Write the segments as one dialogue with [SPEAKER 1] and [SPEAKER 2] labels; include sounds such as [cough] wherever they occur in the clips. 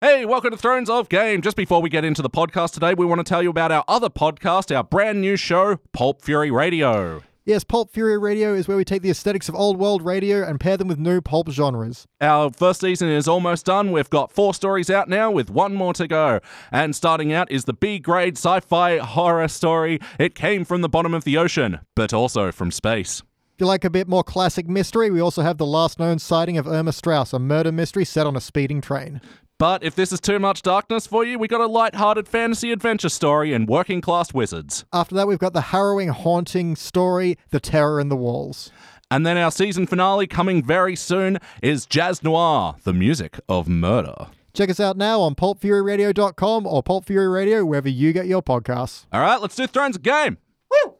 [SPEAKER 1] Hey, welcome to Thrones of Game. Just before we get into the podcast today, we want to tell you about our other podcast, our brand new show, Pulp Fury Radio.
[SPEAKER 2] Yes, Pulp Fury Radio is where we take the aesthetics of old world radio and pair them with new pulp genres.
[SPEAKER 1] Our first season is almost done. We've got four stories out now with one more to go. And starting out is the B grade sci fi horror story. It came from the bottom of the ocean, but also from space.
[SPEAKER 2] If you like a bit more classic mystery, we also have the last known sighting of Irma Strauss, a murder mystery set on a speeding train.
[SPEAKER 1] But if this is too much darkness for you, we got a light-hearted fantasy adventure story and working class wizards.
[SPEAKER 2] After that, we've got the harrowing, haunting story, The Terror in the Walls.
[SPEAKER 1] And then our season finale coming very soon is Jazz Noir, the music of murder.
[SPEAKER 2] Check us out now on pulpfuryradio.com or Pulp Fury Radio, wherever you get your podcasts.
[SPEAKER 1] All right, let's do Thrones of Game. Woo!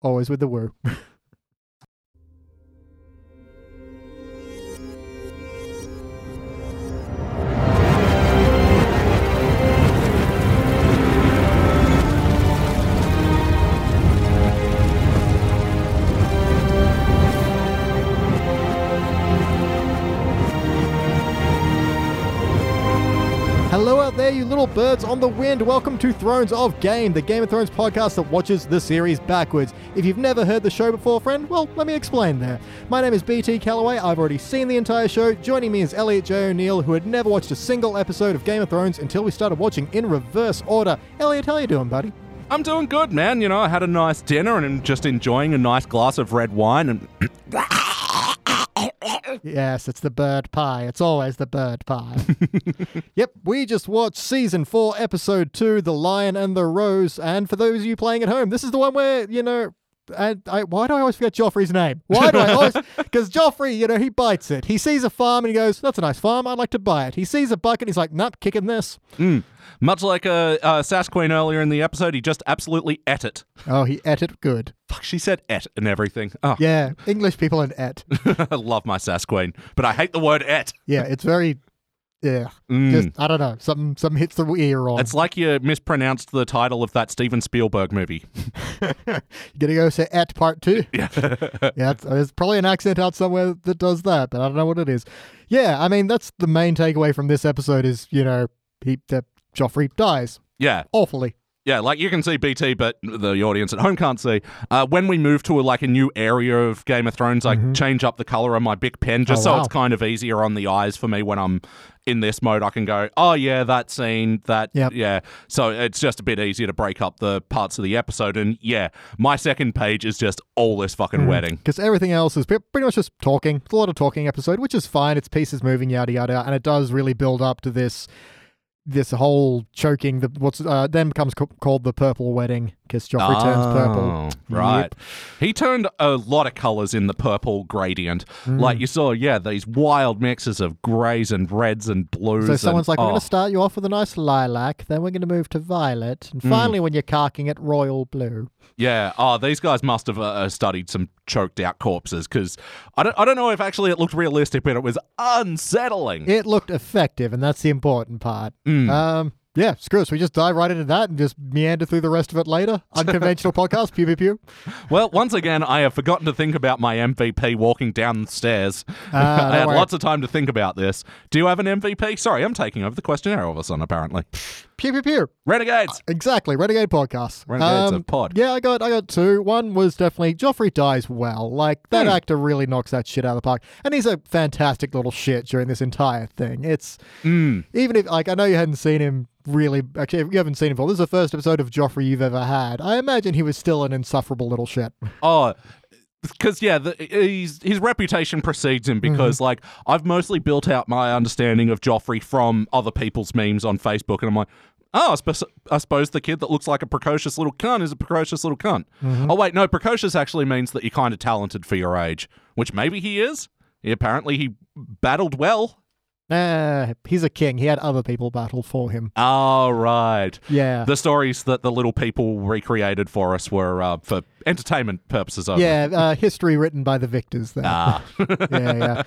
[SPEAKER 2] Always with the woo. [laughs] Hello out there, you little birds on the wind. Welcome to Thrones of Game, the Game of Thrones podcast that watches the series backwards. If you've never heard the show before, friend, well, let me explain there. My name is BT Calloway. I've already seen the entire show. Joining me is Elliot J. O'Neill, who had never watched a single episode of Game of Thrones until we started watching in reverse order. Elliot, how you doing, buddy?
[SPEAKER 1] I'm doing good, man. You know, I had a nice dinner and I'm just enjoying a nice glass of red wine and [clears throat]
[SPEAKER 2] Yes, it's the bird pie. It's always the bird [laughs] pie. yep, we just watched season four, episode two, The Lion and the Rose. And for those of you playing at home, this is the one where, you know, and I, why do I always forget Joffrey's name? Why do I [laughs] always? Because Joffrey, you know, he bites it. He sees a farm and he goes, "That's a nice farm. I'd like to buy it." He sees a bucket. He's like, "Nope, kicking this."
[SPEAKER 1] much like a, uh Sass Queen earlier in the episode, he just absolutely ate it.
[SPEAKER 2] Oh, he ate it good.
[SPEAKER 1] Fuck, she said et and everything. Oh,
[SPEAKER 2] Yeah, English people and et.
[SPEAKER 1] [laughs] I love my Sass Queen, but I hate the word et.
[SPEAKER 2] Yeah, it's very, yeah. Just I don't know. Something something hits the ear wrong.
[SPEAKER 1] It's like you mispronounced the title of that Steven Spielberg movie.
[SPEAKER 2] You gonna go say at
[SPEAKER 1] [laughs]
[SPEAKER 2] part two? Yeah, yeah. It's, there's probably an accent out somewhere that does that, but I don't know what it is. Yeah, I mean that's the main takeaway from this episode is you know he that Joffrey dies
[SPEAKER 1] Yeah,
[SPEAKER 2] awfully.
[SPEAKER 1] Yeah, like you can see BT, but the audience at home can't see. Uh, when we move to like a new area of Game of Thrones, I change up the color on my big pen just
[SPEAKER 2] Mm-hmm. Oh,
[SPEAKER 1] so
[SPEAKER 2] wow.
[SPEAKER 1] it's kind of easier on the eyes for me when I'm in this mode. I can go, oh yeah, that scene, that
[SPEAKER 2] Yep.
[SPEAKER 1] yeah. So it's just a bit easier to break up the parts of the episode. And yeah, my second page is just all this
[SPEAKER 2] Mm-hmm.
[SPEAKER 1] fucking wedding.
[SPEAKER 2] because everything else is pre- pretty much just talking. It's a lot of talking episode, which is fine. It's pieces moving, yada yada, and it does really build up to this this whole choking. The what's uh, then becomes ca- called the purple wedding because Joffrey turns purple.
[SPEAKER 1] Oh, Right.
[SPEAKER 2] Yep.
[SPEAKER 1] He turned a lot of colors in the purple gradient.
[SPEAKER 2] Mm.
[SPEAKER 1] Like you saw, yeah, these wild mixes of grays and reds and blues.
[SPEAKER 2] So
[SPEAKER 1] and-
[SPEAKER 2] someone's like, we're
[SPEAKER 1] oh.
[SPEAKER 2] going to start you off with a nice lilac, then we're going to move to violet, and finally, when you're carking it, royal blue.
[SPEAKER 1] Yeah. Oh, these guys must have uh, studied some choked out corpses because I don't, I don't know if actually it looked realistic, but it was unsettling.
[SPEAKER 2] It looked effective, and that's the important part. Um, yeah, screw us. We just dive right into that and just meander through the rest of it later. Unconventional podcast, pew pew pew.
[SPEAKER 1] Well, once again, I have forgotten to think about my MVP walking down the stairs. [laughs]
[SPEAKER 2] Ah,
[SPEAKER 1] I
[SPEAKER 2] don't
[SPEAKER 1] had
[SPEAKER 2] worry.
[SPEAKER 1] lots of time to think about this. Do you have an MVP? Sorry, I'm taking over the questionnaire all of a sudden, apparently.
[SPEAKER 2] Pew pew pew.
[SPEAKER 1] Renegades!
[SPEAKER 2] Exactly, renegade podcasts.
[SPEAKER 1] Renegades of pod.
[SPEAKER 2] Yeah, I got I got two. One was definitely Joffrey dies well. Like that
[SPEAKER 1] Hmm.
[SPEAKER 2] actor really knocks that shit out of the park, and he's a fantastic little shit during this entire thing. It's
[SPEAKER 1] Hmm.
[SPEAKER 2] even if like I know you hadn't seen him really. Actually, if you haven't seen him. Before. This is the first episode of Joffrey you've ever had. I imagine he was still an insufferable little shit.
[SPEAKER 1] Oh, because yeah, the, he's, his reputation precedes him because like I've mostly built out my understanding of Joffrey from other people's memes on Facebook, and I'm like, oh, I, suppose I suppose the kid that looks like a precocious little cunt is a precocious little cunt. Oh wait, no, precocious actually means that you're kind of talented for your age, which maybe he is. He, apparently, he battled well.
[SPEAKER 2] Nah, he's a king. He had other people battle for him.
[SPEAKER 1] All right.
[SPEAKER 2] Yeah.
[SPEAKER 1] The stories that the little people recreated for us were uh, for entertainment purposes only.
[SPEAKER 2] yeah, uh, history written by the victors there. [laughs]
[SPEAKER 1] Ah.
[SPEAKER 2] yeah, yeah.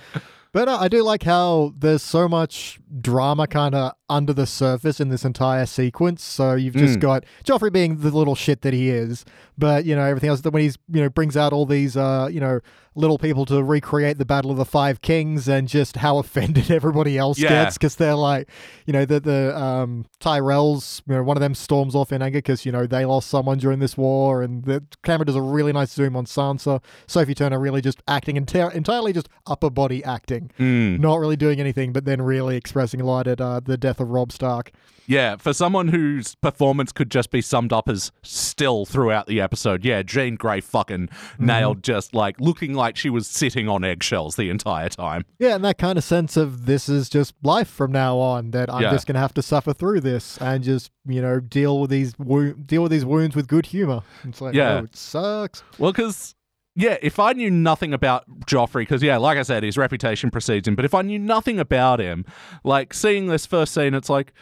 [SPEAKER 2] But uh, I do like how there's so much drama kind of under the surface in this entire sequence. So you've
[SPEAKER 1] Mm.
[SPEAKER 2] just got Joffrey being the little shit that he is, but you know everything else. That when he's you know brings out all these uh you know little people to recreate the Battle of the Five Kings and just how offended [laughs] everybody else
[SPEAKER 1] Yeah.
[SPEAKER 2] gets because they're like you know the the um Tyrells you know one of them storms off in anger because you know they lost someone during this war and the camera does a really nice zoom on Sansa. Sophie Turner really just acting enti- entirely just upper body acting
[SPEAKER 1] Hmm.
[SPEAKER 2] not really doing anything, but then really expressing light at uh, the death of Rob Stark.
[SPEAKER 1] Yeah, for someone whose performance could just be summed up as still throughout the episode, yeah, Jean Grey fucking nailed just like looking like she was sitting on eggshells the entire time.
[SPEAKER 2] Yeah, and that kind of sense of this is just life from now on. That I'm
[SPEAKER 1] Yeah.
[SPEAKER 2] just gonna have to suffer through this and just you know deal with these wo- deal with these wounds with good humor. It's like,
[SPEAKER 1] Yeah.
[SPEAKER 2] oh, it sucks.
[SPEAKER 1] Well, because, yeah, if I knew nothing about Joffrey, because, yeah, like I said, his reputation precedes him, but if I knew nothing about him, like seeing this first scene, it's like,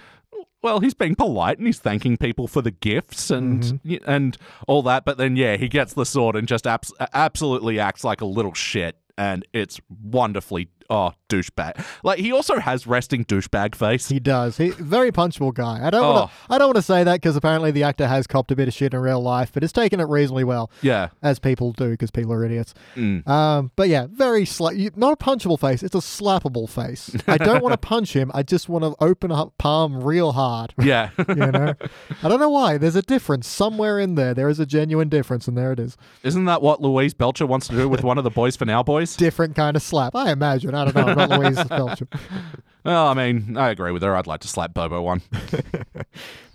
[SPEAKER 1] well, he's being polite and he's thanking people for the gifts and y- and all that, but then yeah, he gets the sword and just abs- absolutely acts like a little shit, and it's wonderfully oh douchebag. Like he also has resting douchebag face.
[SPEAKER 2] He does. He very punchable guy. I don't. Wanna, I don't want to say that because apparently the actor has copped a bit of shit in real life, but has taken it reasonably well.
[SPEAKER 1] Yeah,
[SPEAKER 2] as people do because people are idiots. Um, but yeah, very sla- you- not a punchable face. It's a slappable face. I don't want to punch him. I just want to open up palm real hard. [laughs]
[SPEAKER 1] yeah. [laughs]
[SPEAKER 2] You know, I don't know why. There's a difference somewhere in there. There is a genuine difference, and there it is.
[SPEAKER 1] Isn't that what Louise Belcher wants to do with one of the boys for now
[SPEAKER 2] [laughs]
[SPEAKER 1] boys?
[SPEAKER 2] Different kind of slap. I imagine. I don't know. I'm not Louise Belcher.
[SPEAKER 1] Well, I mean, I agree with her. I'd like to slap Bobo one.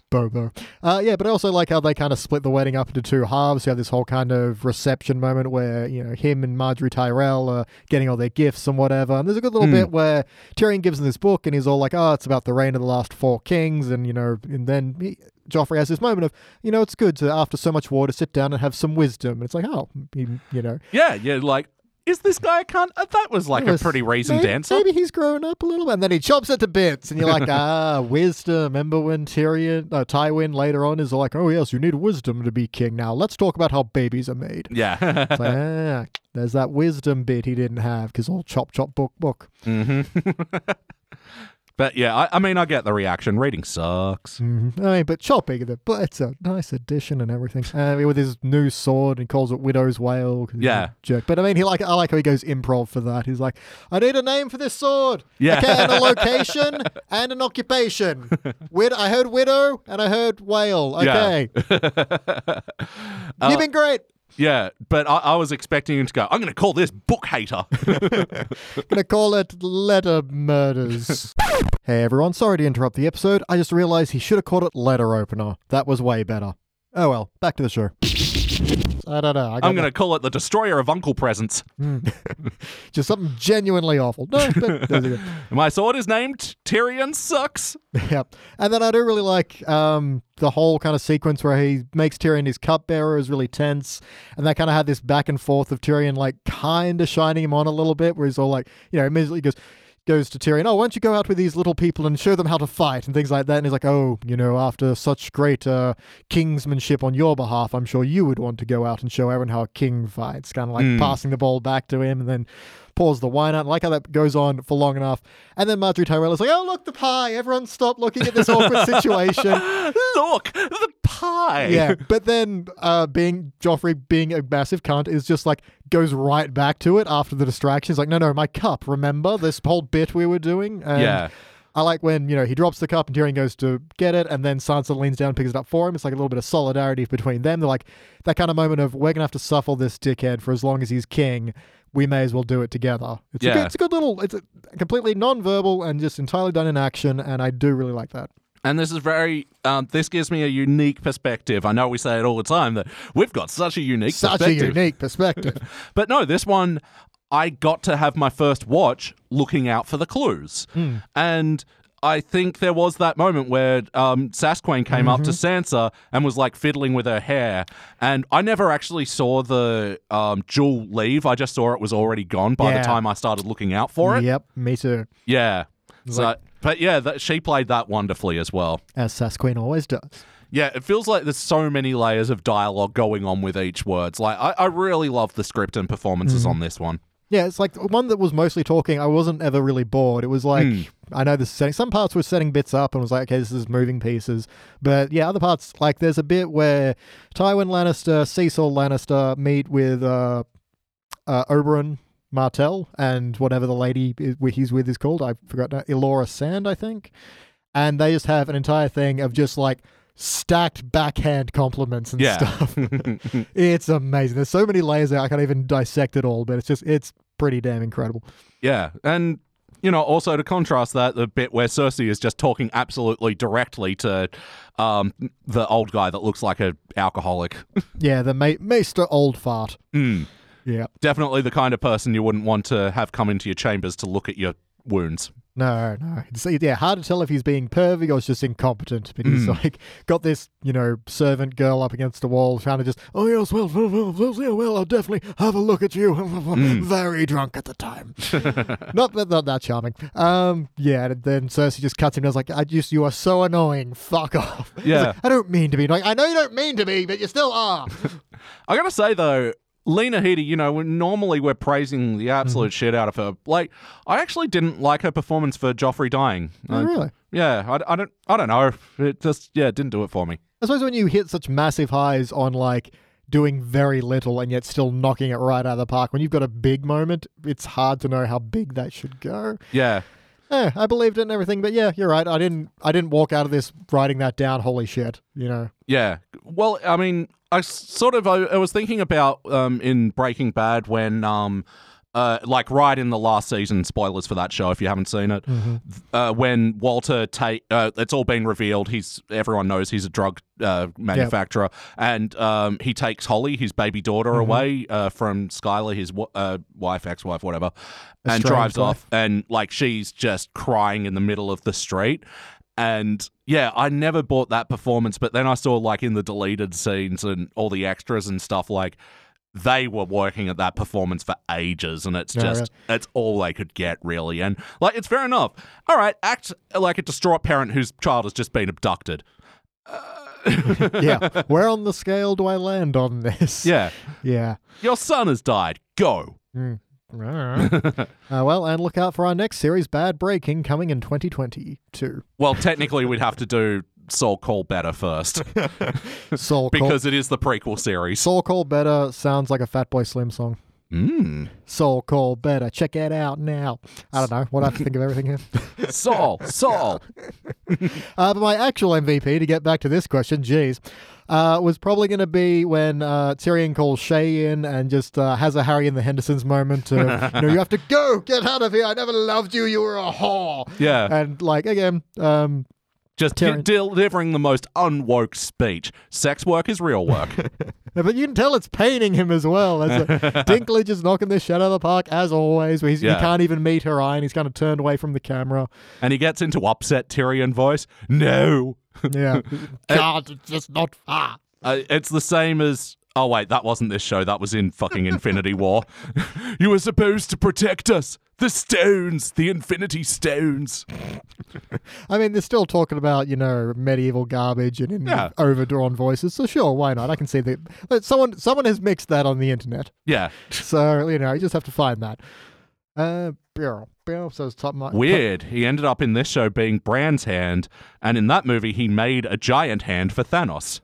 [SPEAKER 2] Bobo. Uh, yeah, but I also like how they kind of split the wedding up into two halves. You have this whole kind of reception moment where, you know, him and Marjorie Tyrell are getting all their gifts and whatever. And there's a good little bit where Tyrion gives him this book and he's all like, oh, it's about the reign of the last four kings. And, you know, and then he, Joffrey has this moment of, you know, it's good to, after so much war, to sit down and have some wisdom. And it's like, oh, he, you know.
[SPEAKER 1] Yeah, yeah, like, is this guy a cunt? Uh, That was like
[SPEAKER 2] it was-
[SPEAKER 1] a pretty reasoned
[SPEAKER 2] maybe,
[SPEAKER 1] answer.
[SPEAKER 2] Maybe he's grown up a little bit. And then he chops it to bits. And you're like, ah, wisdom. Remember when Tyrion, uh, Tywin later on is like, oh, yes, you need wisdom to be king now. Let's talk about how babies are made.
[SPEAKER 1] Yeah. [laughs]
[SPEAKER 2] It's like, ah, there's that wisdom bit he didn't have because all chop, chop, book, book.
[SPEAKER 1] but yeah, I, I mean, I get the reaction. Reading sucks.
[SPEAKER 2] Mhm. I mean, but chopping, the- but it's a nice addition and everything. Uh, with his new sword and calls it Widow's Wail. 'cause he's a
[SPEAKER 1] Yeah.
[SPEAKER 2] jerk. But I mean, he like I like how he goes improv for that. He's like, I need a name for this sword.
[SPEAKER 1] Yeah.
[SPEAKER 2] Okay,
[SPEAKER 1] [laughs]
[SPEAKER 2] and a location and an occupation. Wid- I heard widow and I heard whale. Okay.
[SPEAKER 1] [laughs] Uh,
[SPEAKER 2] You've been great.
[SPEAKER 1] Yeah, but I, I was expecting him to go, I'm going to call this book hater.
[SPEAKER 2] Gonna call it letter murders. hey everyone, sorry to interrupt the episode. I just realized he should have called it letter opener. That was way better. Oh well, back to the show. I don't know. I got
[SPEAKER 1] I'm going to call it the destroyer of uncle presents.
[SPEAKER 2] just something genuinely awful. No, but those are good.
[SPEAKER 1] My sword is named Tyrion Sucks.
[SPEAKER 2] [laughs] Yep. And then I do really like um, the whole kind of sequence where he makes Tyrion his cupbearer is really tense. And they kind of had this back and forth of Tyrion, like, kind of shining him on a little bit, where he's all like, you know, immediately goes. Goes to Tyrion. Oh, why don't you go out with these little people and show them how to fight and things like that? And he's like, oh, you know, after such great uh, kingsmanship on your behalf, I'm sure you would want to go out and show everyone how a king fights. Kind of like passing the ball back to him, and then pours the wine out. I like how that goes on for long enough. And then Marjorie Tyrell is like, oh, look, the pie. Everyone stop looking at this awkward situation.
[SPEAKER 1] Look, the pie. [laughs]
[SPEAKER 2] Yeah. But then uh, being Joffrey being a massive cunt is just like goes right back to it after the distraction. He's like, no, no, my cup. Remember this whole bit we were doing? And
[SPEAKER 1] Yeah.
[SPEAKER 2] I like when, you know, he drops the cup and Tyrion goes to get it and then Sansa leans down and picks it up for him. It's like a little bit of solidarity between them. They're like that kind of moment of we're gonna have to suffer this dickhead for as long as he's king. We may as well do it together. It's, a,
[SPEAKER 1] Yeah.
[SPEAKER 2] good, it's a good little, it's a completely non-verbal and just entirely done in action. And I do really like that.
[SPEAKER 1] And this is very, um, this gives me a unique perspective. I know we say it all the time that we've got such a unique
[SPEAKER 2] Such a
[SPEAKER 1] perspective.
[SPEAKER 2] unique perspective.
[SPEAKER 1] But no, this one I got to have my first watch looking out for the clues. And I think there was that moment where um, Sasquatch came up to Sansa and was like fiddling with her hair. And I never actually saw the um, jewel leave. I just saw it was already gone by
[SPEAKER 2] Yeah.
[SPEAKER 1] the time I started looking out for it. Yeah.
[SPEAKER 2] Yep, me too.
[SPEAKER 1] So, but yeah, that, she played that wonderfully as well.
[SPEAKER 2] As Sasqueen always does.
[SPEAKER 1] Yeah, it feels like there's so many layers of dialogue going on with each word. It's Like I, I really love the script and performances on this one.
[SPEAKER 2] Yeah, it's like one that was mostly talking. I wasn't ever really bored. It was like
[SPEAKER 1] Hmm.
[SPEAKER 2] I know this is setting some parts were setting bits up and was like, okay, this is moving pieces. But yeah, other parts like there's a bit where Tywin Lannister, Cecil Lannister meet with uh, uh, Oberon Martell and whatever the lady i- he's with is called. I forgot now, Elora Sand, I think. And they just have an entire thing of just like stacked backhand compliments and
[SPEAKER 1] Yeah.
[SPEAKER 2] stuff. [laughs] It's amazing. There's so many layers there. I can't even dissect it all, but it's just it's pretty damn incredible.
[SPEAKER 1] Yeah, and you know, also to contrast that, the bit where Cersei is just talking absolutely directly to um, the old guy that looks like a alcoholic. [laughs]
[SPEAKER 2] Yeah, the ma- Maester Old Fart.
[SPEAKER 1] Hmm.
[SPEAKER 2] Yeah.
[SPEAKER 1] Definitely the kind of person you wouldn't want to have come into your chambers to look at your wounds.
[SPEAKER 2] No, no. It's, yeah, hard to tell if he's being pervy or he's just incompetent. But
[SPEAKER 1] Hmm.
[SPEAKER 2] he's like got this, you know, servant girl up against the wall, trying to just, oh yes, well, well, well, well, yeah, well I'll definitely have a look at you. [laughs]
[SPEAKER 1] Hmm.
[SPEAKER 2] Very drunk at
[SPEAKER 1] [laughs]
[SPEAKER 2] the time. not, but not that charming. Um, yeah. And then Cersei just cuts him. down. was like, I just, you are so annoying. Fuck off. [laughs] It's
[SPEAKER 1] Yeah.
[SPEAKER 2] like, I don't mean to be. Like, I know you don't mean to be, but you still are.
[SPEAKER 1] I gotta say though, Lena Headey, you know, when- normally we're praising the absolute shit out of her. Like, I actually didn't like her performance for Joffrey dying. [laughs]
[SPEAKER 2] Oh,
[SPEAKER 1] I-
[SPEAKER 2] really?
[SPEAKER 1] Yeah, I, I don't, I don't know. It just, yeah, it didn't do it for me.
[SPEAKER 2] I suppose when you hit such massive highs on like doing very little and yet still knocking it right out of the park, when you've got a big moment, it's hard to know how big that should go.
[SPEAKER 1] Yeah,
[SPEAKER 2] Eh, I believed it and everything, but yeah, you're right. I didn't. I didn't walk out of this writing that down. Holy shit!
[SPEAKER 1] [laughs]
[SPEAKER 2] You know.
[SPEAKER 1] Yeah. Well, I mean, I s- sort of I, I was thinking about um, in Breaking Bad when um uh like right in the last season spoilers for that show if you haven't seen it th- uh, when Walter Tate uh, it's all been revealed he's everyone knows he's a drug uh, manufacturer and um, he takes Holly his baby daughter away uh, from Skylar his w- uh, wife ex-wife whatever and
[SPEAKER 2] Estranged
[SPEAKER 1] drives
[SPEAKER 2] wife.
[SPEAKER 1] off and like she's just crying in the middle of the street and yeah i never bought that performance but then i saw like in the deleted scenes and all the extras and stuff like they were working at that performance for ages and it's
[SPEAKER 2] Yeah,
[SPEAKER 1] just it's all they could get really and like it's fair enough all right act like a distraught parent whose child has just been abducted
[SPEAKER 2] Yeah. Where on the scale do I land on this?
[SPEAKER 1] yeah
[SPEAKER 2] [laughs]
[SPEAKER 1] [laughs]
[SPEAKER 2] Yeah.
[SPEAKER 1] your son has died go
[SPEAKER 2] uh, well, and look out for our next series, Bad Breaking, coming
[SPEAKER 1] [laughs]
[SPEAKER 2] in 2022.
[SPEAKER 1] well technically we'd have to do soul call better
[SPEAKER 2] [laughs]
[SPEAKER 1] first
[SPEAKER 2] Soul Call,
[SPEAKER 1] because it is the prequel series
[SPEAKER 2] Soul Call Better sounds like a Fatboy Slim song.
[SPEAKER 1] mm.
[SPEAKER 2] Soul Call Better. Check it out now. I don't know what I have to think of everything here.
[SPEAKER 1] Saul, Saul.
[SPEAKER 2] Uh, but my actual MVP, to get back to this question, geez, uh, was probably going to be when uh, Tyrion calls Shay in and just uh, has a Harry and the Hendersons moment. To, you know, you have to go, get out of here. I never loved you. You were a whore.
[SPEAKER 1] Yeah.
[SPEAKER 2] And like again, um,
[SPEAKER 1] Just
[SPEAKER 2] Terrence.
[SPEAKER 1] de- delivering the most unwoke speech. Sex work is real
[SPEAKER 2] [laughs]
[SPEAKER 1] work.
[SPEAKER 2] but you can tell it's paining him as well.
[SPEAKER 1] [laughs]
[SPEAKER 2] That's a, Dinklage is knocking this shit out of the park as always. Where he's,
[SPEAKER 1] Yeah.
[SPEAKER 2] he can't even meet her eye, and he's kind of turned away from the camera.
[SPEAKER 1] and he gets into upset Tyrion voice. No. [laughs]
[SPEAKER 2] Yeah, God, it's just not fair.
[SPEAKER 1] Uh, it's the same as. Oh, wait, that wasn't this show. That was in fucking
[SPEAKER 2] [laughs]
[SPEAKER 1] Infinity War. [laughs] you were supposed to protect us. The stones, the Infinity Stones.
[SPEAKER 2] I mean, they're still talking about you know medieval garbage and in
[SPEAKER 1] Yeah.
[SPEAKER 2] overdrawn voices. So sure, why not? I can see that. But someone someone has mixed that on
[SPEAKER 1] [laughs]
[SPEAKER 2] the internet.
[SPEAKER 1] Yeah.
[SPEAKER 2] So you know, you just have to find that. Uh, barrel, barrel. So it's top mark.
[SPEAKER 1] Weird. He ended up in this show being Bran's hand, and in that movie, he made a giant hand for Thanos.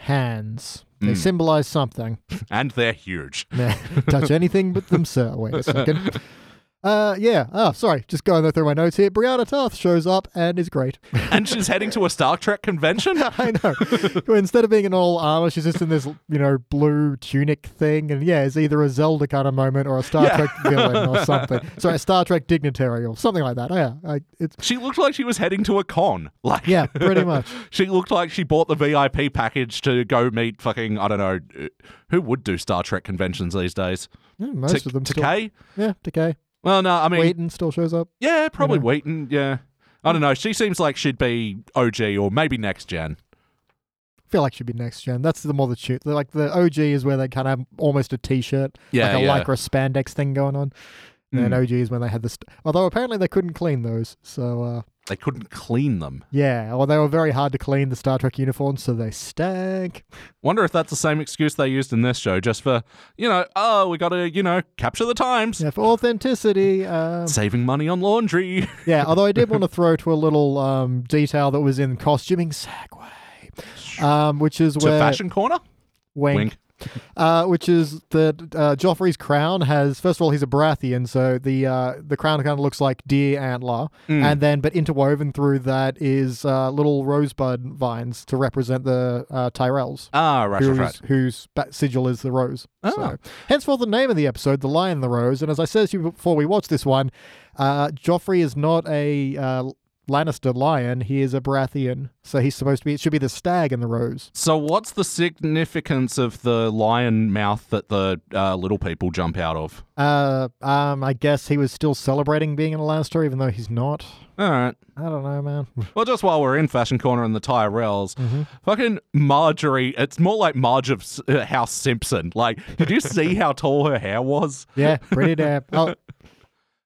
[SPEAKER 2] hands.
[SPEAKER 1] Hmm.
[SPEAKER 2] They symbolize something.
[SPEAKER 1] And they're huge.
[SPEAKER 2] Nah, [laughs] touch anything but themselves. Wait a second. Uh, yeah. Oh, sorry. Just going through my notes here. Brianna Tarth shows up and is great. [laughs]
[SPEAKER 1] and she's heading to a Star Trek convention?
[SPEAKER 2] I
[SPEAKER 1] [laughs]
[SPEAKER 2] know. Instead of being in all armor, she's just in this, you know, blue tunic thing. And yeah, it's either a Zelda kind of moment or a Star
[SPEAKER 1] Yeah.
[SPEAKER 2] Trek villain
[SPEAKER 1] [laughs]
[SPEAKER 2] or something. Sorry, a Star Trek dignitary or something like that. Oh, Yeah, I, it's,
[SPEAKER 1] She looked like she was heading to a con. Like,
[SPEAKER 2] yeah,
[SPEAKER 1] [laughs]
[SPEAKER 2] pretty much.
[SPEAKER 1] she looked like she bought the VIP package to go meet fucking I don't know uh, who would do Star Trek conventions these days.
[SPEAKER 2] Yeah, most
[SPEAKER 1] T-
[SPEAKER 2] of them. Still,
[SPEAKER 1] Takei?
[SPEAKER 2] yeah, Decay.
[SPEAKER 1] Well, no, I mean,
[SPEAKER 2] Wheaton still shows up.
[SPEAKER 1] yeah, probably Wheaton. Yeah, I don't know. She seems like she'd be OG or maybe next gen.
[SPEAKER 2] feel like she'd be next gen. That's the more the shoot. Like the OG is where they kind of have almost a t-shirt,
[SPEAKER 1] Yeah,
[SPEAKER 2] like a
[SPEAKER 1] yeah. Hmm.
[SPEAKER 2] lycra spandex thing going on. And then OG is when they had the. St- Although apparently they couldn't clean those, so uh,
[SPEAKER 1] They couldn't clean them.
[SPEAKER 2] Yeah, well, they were very hard to clean the Star Trek uniforms, so
[SPEAKER 1] [laughs]
[SPEAKER 2] they stank.
[SPEAKER 1] Wonder if that's the same excuse they used in this show, just for you know, oh, we got to you know capture the times,
[SPEAKER 2] Yeah, for authenticity. Um,
[SPEAKER 1] saving money on laundry. [laughs]
[SPEAKER 2] yeah, although I did want to throw to a little um, detail that was in costuming segue, um, which is
[SPEAKER 1] to
[SPEAKER 2] where
[SPEAKER 1] fashion corner.
[SPEAKER 2] wink,
[SPEAKER 1] Wink.
[SPEAKER 2] Uh, which is that uh, Joffrey's crown has first of all he's a Baratheon, so the uh, the crown kind of looks like deer antler,
[SPEAKER 1] Hmm.
[SPEAKER 2] and then but interwoven through that is uh, little rosebud vines to represent the uh, Tyrells.
[SPEAKER 1] Ah, right, right,
[SPEAKER 2] Whose,
[SPEAKER 1] right.
[SPEAKER 2] whose ba- sigil is the rose.
[SPEAKER 1] Ah.
[SPEAKER 2] So, henceforth, the name of the episode, The Lion and the Rose. And as I said to you before we watched this one, uh, Joffrey is not a uh, Lannister lion. He is a Baratheon. So he's supposed to be, it should be the stag and the rose.
[SPEAKER 1] So, what's the significance of the lion mouth that the uh, little people jump out of?
[SPEAKER 2] Uh, um, I guess he was still celebrating being in a Lannister, even though he's not.
[SPEAKER 1] All right.
[SPEAKER 2] I don't know, man.
[SPEAKER 1] Well, just while we're in Fashion Corner and the Tyrells, fucking Marjorie, it's more like Marge of S- uh, House Simpson. Like, did you see how tall her hair was?
[SPEAKER 2] yeah, pretty damn. Oh,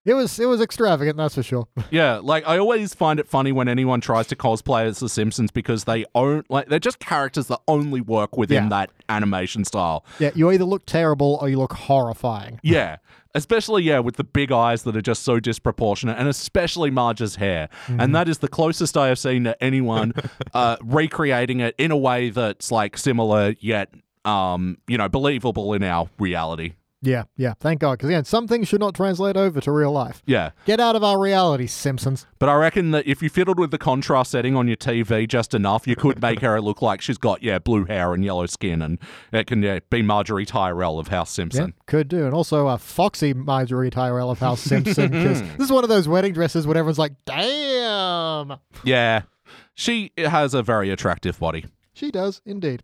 [SPEAKER 2] it was it was extravagant, that's for sure.
[SPEAKER 1] Yeah, like I always find it funny when anyone tries to cosplay as the Simpsons because they own like they're just characters that only work within
[SPEAKER 2] Yeah.
[SPEAKER 1] that animation style.
[SPEAKER 2] Yeah, you either look terrible or you look horrifying.
[SPEAKER 1] Yeah. Especially, yeah, with the big eyes that are just so disproportionate, and especially Marge's hair. And that is the closest I have seen to anyone uh, recreating it in a way that's like similar yet, um, you know, believable in our reality.
[SPEAKER 2] Yeah, yeah. Thank God, because again, some things should not translate over to real life.
[SPEAKER 1] Yeah.
[SPEAKER 2] Get out of our reality, Simpsons.
[SPEAKER 1] But I reckon that if you fiddled with the contrast setting on your TV just enough, you could make her look like she's got, yeah, blue hair and yellow skin, and it can yeah, be Marjorie Tyrell of House
[SPEAKER 2] Yeah,
[SPEAKER 1] Simpson.
[SPEAKER 2] could do. And also uh, Foxy Marjorie Tyrell of House Simpson, because this is one of those wedding dresses where everyone's like, damn.
[SPEAKER 1] yeah. She has a very attractive body.
[SPEAKER 2] She does, indeed.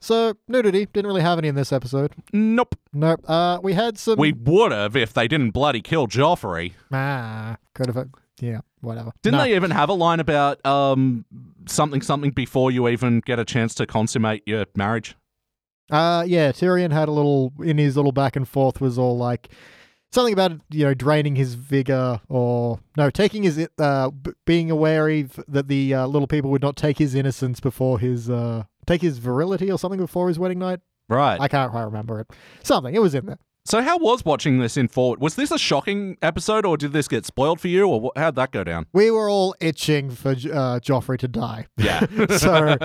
[SPEAKER 2] So, nudity, didn't really have any in this episode.
[SPEAKER 1] Nope.
[SPEAKER 2] Nope. Uh, we had some.
[SPEAKER 1] We would have if they didn't bloody kill Joffrey.
[SPEAKER 2] Ah, could have. Yeah, whatever.
[SPEAKER 1] Didn't
[SPEAKER 2] No.
[SPEAKER 1] they even have a line about um something something before you even get a chance to consummate your marriage?
[SPEAKER 2] Uh, yeah, Tyrion had a little in his little back and forth was all like something about you know draining his vigor or no taking his uh b- being aware of, that the uh, little people would not take his innocence before his uh take his virility or something before his wedding night.
[SPEAKER 1] Right.
[SPEAKER 2] I can't quite remember it. Something it was in there.
[SPEAKER 1] so how was watching this in forward? Was this a shocking episode or did this get spoiled for you or wha- how'd that go
[SPEAKER 2] [laughs]
[SPEAKER 1] down?
[SPEAKER 2] We were all itching for Jo- uh, Joffrey to die.
[SPEAKER 1] Yeah.
[SPEAKER 2] [laughs] so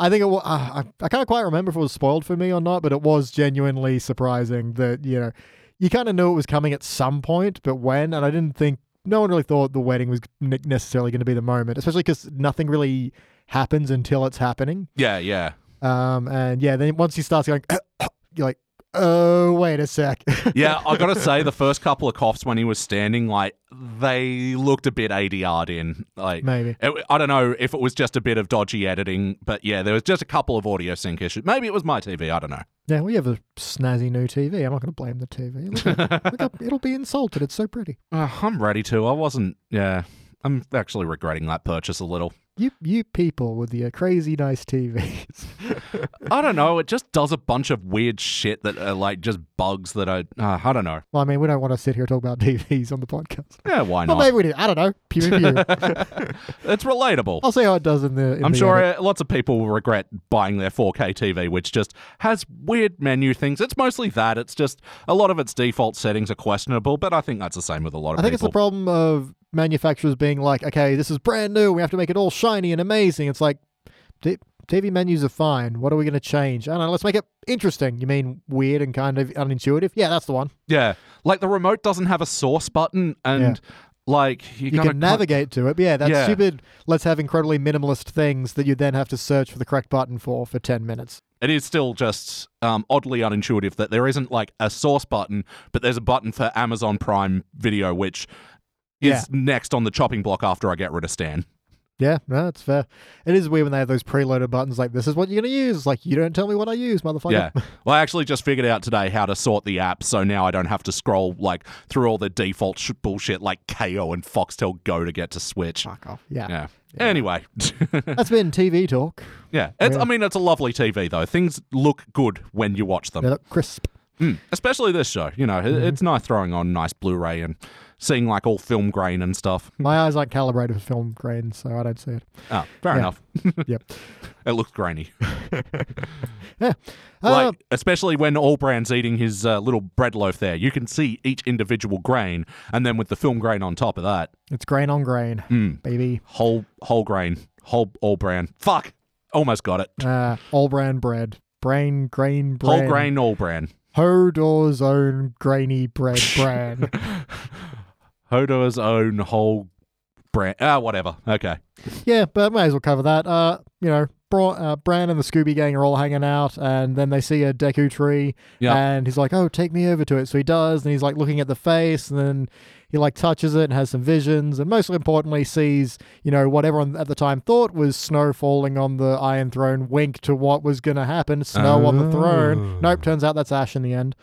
[SPEAKER 2] I think it was, uh, I, I can't quite remember if it was spoiled for me or not, but it was genuinely surprising that, you know, you kind of knew it was coming at some point, but when, and I didn't think, no one really thought the wedding was ne- necessarily going to be the moment, especially because nothing really happens until it's happening.
[SPEAKER 1] yeah, yeah.
[SPEAKER 2] Um, and yeah, then once he starts going, [coughs] you're like, oh, wait a sec. [laughs]
[SPEAKER 1] Yeah, I gotta say the first couple of coughs when he was standing, like they looked a bit ADR'd in. Like
[SPEAKER 2] Maybe.
[SPEAKER 1] it- I don't know if it was just a bit of dodgy editing, but yeah, there was just a couple of audio sync issues. Maybe it was my TV, I don't know.
[SPEAKER 2] yeah, we have a snazzy new TV. I'm not going to blame the TV. Look at it. Look up, it'll be insulted. It's so pretty.
[SPEAKER 1] Uh, I'm ready to. I wasn't. Yeah, I'm actually regretting that purchase a little.
[SPEAKER 2] You, you people with your crazy nice TVs.
[SPEAKER 1] I don't know. It just does a bunch of weird shit that are like just bugs that I. Uh, I don't know.
[SPEAKER 2] [laughs] Well, I mean, we don't want to sit here and talk about [laughs] DVs on the podcast.
[SPEAKER 1] Yeah, why
[SPEAKER 2] Well,
[SPEAKER 1] not?
[SPEAKER 2] maybe we do. I don't know. Pew,
[SPEAKER 1] [laughs]
[SPEAKER 2] pew, pew.
[SPEAKER 1] It's relatable.
[SPEAKER 2] I'll see how it does in the. in
[SPEAKER 1] I'm
[SPEAKER 2] the
[SPEAKER 1] sure
[SPEAKER 2] edit.
[SPEAKER 1] uh, lots of people will regret buying their 4K TV, which just has weird menu things. It's mostly that. It's just a lot of its default settings are questionable, but I think that's the same with a lot of
[SPEAKER 2] I think it's
[SPEAKER 1] people.
[SPEAKER 2] the problem of manufacturers being like, okay, this is brand new. We have to make it all shiny and amazing. It's like, "T- TV menus are fine. What are we going to change? I don't know. Let's make it interesting. You mean weird and kind of unintuitive? Yeah, that's the one.
[SPEAKER 1] yeah, like the remote doesn't have a source button, and like you,
[SPEAKER 2] You
[SPEAKER 1] gotta
[SPEAKER 2] can
[SPEAKER 1] cut-
[SPEAKER 2] navigate to it. But yeah, that's
[SPEAKER 1] Yeah.
[SPEAKER 2] stupid. Let's have incredibly minimalist things that you then have to search for the correct button for for 10 minutes.
[SPEAKER 1] it is still just um, oddly unintuitive that there isn't like a source button, but there's a button for Amazon Prime Video, which is
[SPEAKER 2] Yeah.
[SPEAKER 1] next on the chopping block after I get rid of Stan.
[SPEAKER 2] Yeah, no, that's fair. It is weird when they have those preloaded buttons like this is what you're gonna use. It's Like you don't tell me what I use, motherfucker.
[SPEAKER 1] Yeah. Well, I actually just figured out today how to sort the app, so now I don't have to scroll like through all the default sh- bullshit like KO and Foxtel Go to get to Switch.
[SPEAKER 2] Fuck off. Yeah.
[SPEAKER 1] Yeah. Anyway, [laughs]
[SPEAKER 2] That's been TV talk.
[SPEAKER 1] yeah. It's,
[SPEAKER 2] Yeah.
[SPEAKER 1] I mean, it's a lovely TV though. Things look good when you watch them, [laughs]
[SPEAKER 2] They look
[SPEAKER 1] Hmm.
[SPEAKER 2] crisp. Mm-hmm.
[SPEAKER 1] Mm. especially this show. You know, it- it's nice throwing on nice Blu-ray and seeing like all film grain and stuff.
[SPEAKER 2] My eyes aren't calibrated for film grain, so I don't see it.
[SPEAKER 1] Ah, fair
[SPEAKER 2] Yeah.
[SPEAKER 1] enough.
[SPEAKER 2] [laughs] Yep.
[SPEAKER 1] It looks grainy.
[SPEAKER 2] Yeah. Uh,
[SPEAKER 1] Like, especially when all brands eating his uh, little bread loaf there, you can see each individual grain, and then with the film grain on top of that,
[SPEAKER 2] it's grain on grain,
[SPEAKER 1] Hmm.
[SPEAKER 2] baby.
[SPEAKER 1] whole whole grain, whole all brand. Fuck, almost got it.
[SPEAKER 2] Uh, all brand bread. Brain, grain, bread.
[SPEAKER 1] Whole grain, all brand.
[SPEAKER 2] Hodor's own
[SPEAKER 1] [laughs]
[SPEAKER 2] grainy bread brand.
[SPEAKER 1] Hodor's own whole brand. Ah, whatever. Okay.
[SPEAKER 2] yeah, but may as well cover that. Uh, you know, Bra- uh, Bran and the Scooby Gang are all hanging out, and then they see a Deku tree,
[SPEAKER 1] Yeah.
[SPEAKER 2] and he's like, "Oh, take me over to it." So he does, and he's like looking at the face, and then he like touches it and has some visions, and most importantly, sees you know what everyone at the time thought was snow falling on the Iron Throne. Wink to what was going to happen: snow on the throne. Nope, turns out that's ash in the end.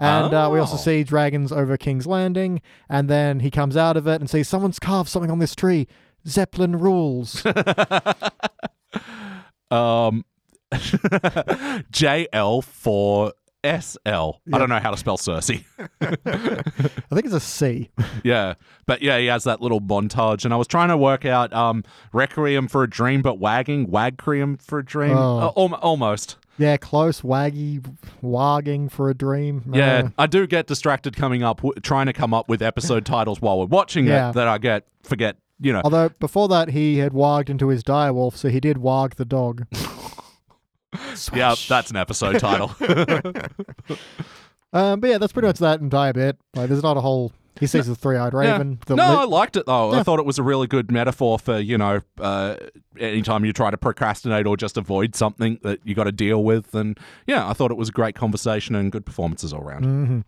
[SPEAKER 2] And uh, we also
[SPEAKER 1] Oh.
[SPEAKER 2] see dragons over King's Landing, and then he comes out of it and sees someone's carved something on this tree. Zeppelin rules.
[SPEAKER 1] Um, JL for SL. I don't know how to spell Cersei.
[SPEAKER 2] I think it's a C. [laughs]
[SPEAKER 1] yeah. But yeah, he has that little montage. And I was trying to work out um, Requiem for a Dream, but wagging, Wagcrium for a Dream.
[SPEAKER 2] Oh.
[SPEAKER 1] Uh, alm- almost.
[SPEAKER 2] Yeah, close, waggy, wagging for a dream.
[SPEAKER 1] Yeah.
[SPEAKER 2] Uh,
[SPEAKER 1] I do get distracted coming up, w- trying to come up with
[SPEAKER 2] [laughs]
[SPEAKER 1] episode titles while we're watching
[SPEAKER 2] Yeah.
[SPEAKER 1] it that I get, forget, you know.
[SPEAKER 2] although before that, he had wagged into his direwolf, so he did wag the [laughs] dog.
[SPEAKER 1] Yeah, that's an episode
[SPEAKER 2] [laughs]
[SPEAKER 1] title.
[SPEAKER 2] Um, but yeah, that's pretty much that entire bit. Like, there's not a whole. He sees the three-eyed raven.
[SPEAKER 1] [laughs] Yeah.
[SPEAKER 2] The
[SPEAKER 1] No, I
[SPEAKER 2] lit-
[SPEAKER 1] liked it though. I thought it was a really good metaphor for you know, uh, anytime you try to procrastinate or just avoid something that you got to deal with, and yeah, I thought it was a great conversation and good performances all around.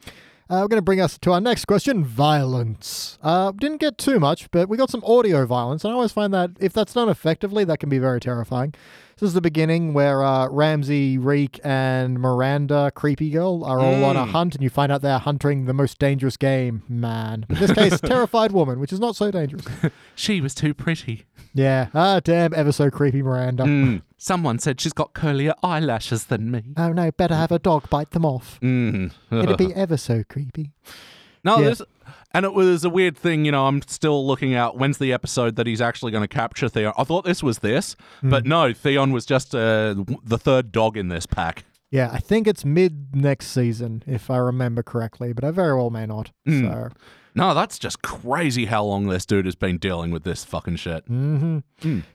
[SPEAKER 2] uh, we're going to bring us to our next question: violence. Uh, didn't get too much, but we got some audio violence, and I always find that if that's done effectively, that can be very terrifying. This is the beginning where uh, Ramsey, Reek, and Miranda, creepy girl, are all on a hunt, and you find out they're hunting the most dangerous game, man. In this case, terrified woman, which is not so dangerous.
[SPEAKER 1] She was too pretty.
[SPEAKER 2] Yeah. Ah, damn, ever so creepy, Miranda.
[SPEAKER 1] Mm. Someone said she's got curlier eyelashes than me.
[SPEAKER 2] Oh no, better have a dog bite them off.
[SPEAKER 1] [laughs] Mm. [laughs]
[SPEAKER 2] It'd be ever so creepy.
[SPEAKER 1] No,
[SPEAKER 2] Yeah.
[SPEAKER 1] this, and it was a weird thing. You know, I'm still looking out. When's the episode that he's actually going to capture Theon? I thought this was this,
[SPEAKER 2] Hmm.
[SPEAKER 1] but no, Theon was just uh, w- the third dog in this pack.
[SPEAKER 2] Yeah, I think it's mid next season, if I remember correctly, but I very well may not. So,
[SPEAKER 1] No, that's just crazy how long this dude has been dealing with this fucking shit.
[SPEAKER 2] Hmm. Mm-hmm.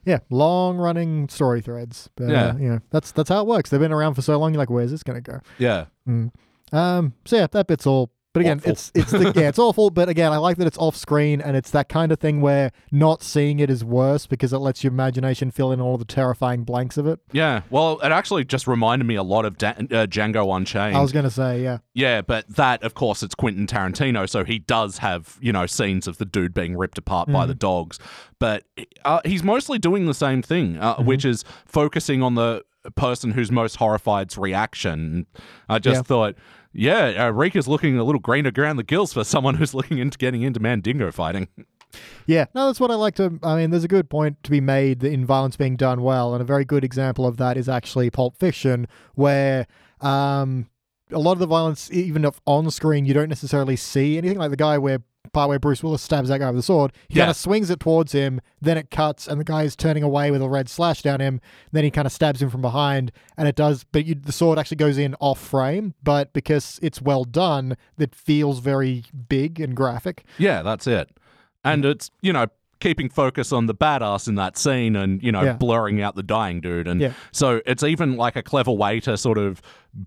[SPEAKER 2] yeah, long running story threads. But,
[SPEAKER 1] Yeah.
[SPEAKER 2] yeah, you know, that's that's how it works. They've been around for so long. You're like, where's this gonna go?
[SPEAKER 1] Yeah.
[SPEAKER 2] Um, so yeah, that bit's all. But again,
[SPEAKER 1] Awful.
[SPEAKER 2] it's it's the yeah, it's awful. But again, I like that it's off screen and it's that kind of thing where not seeing it is worse because it lets your imagination fill in all the terrifying blanks of it.
[SPEAKER 1] Yeah. Well, it actually just reminded me a lot of da- uh, Django Unchained.
[SPEAKER 2] I was gonna say, yeah,
[SPEAKER 1] yeah, but that, of course, it's Quentin Tarantino, so he does have, you know, scenes of the dude being ripped apart by the dogs. But uh, he's mostly doing the same thing, uh, which is focusing on the person who's most horrified's reaction. I just
[SPEAKER 2] Yeah.
[SPEAKER 1] thought. Yeah, uh, Rika's looking a little greener around the gills for someone who's looking into getting into Mandingo fighting.
[SPEAKER 2] Yeah, no, that's what I like to. I mean, there's a good point to be made that in violence being done well, and a very good example of that is actually Pulp Fiction, where um, a lot of the violence, e, even if on screen, you don't necessarily see anything. Like the guy where part where Bruce Willis stabs that guy with a sword, he
[SPEAKER 1] Yeah.
[SPEAKER 2] kind of swings it towards him, then it cuts, and the guy is turning away with a red slash down him. Then he kind of stabs him from behind, and it does. But you, the sword actually goes in off frame, but because it's well done, it feels very big and graphic.
[SPEAKER 1] Yeah, that's it. And
[SPEAKER 2] Mm.
[SPEAKER 1] it's, you know, keeping focus on the badass in that scene and, you know,
[SPEAKER 2] Yeah.
[SPEAKER 1] blurring out the dying dude. And
[SPEAKER 2] Yeah.
[SPEAKER 1] so it's even like a clever way to sort of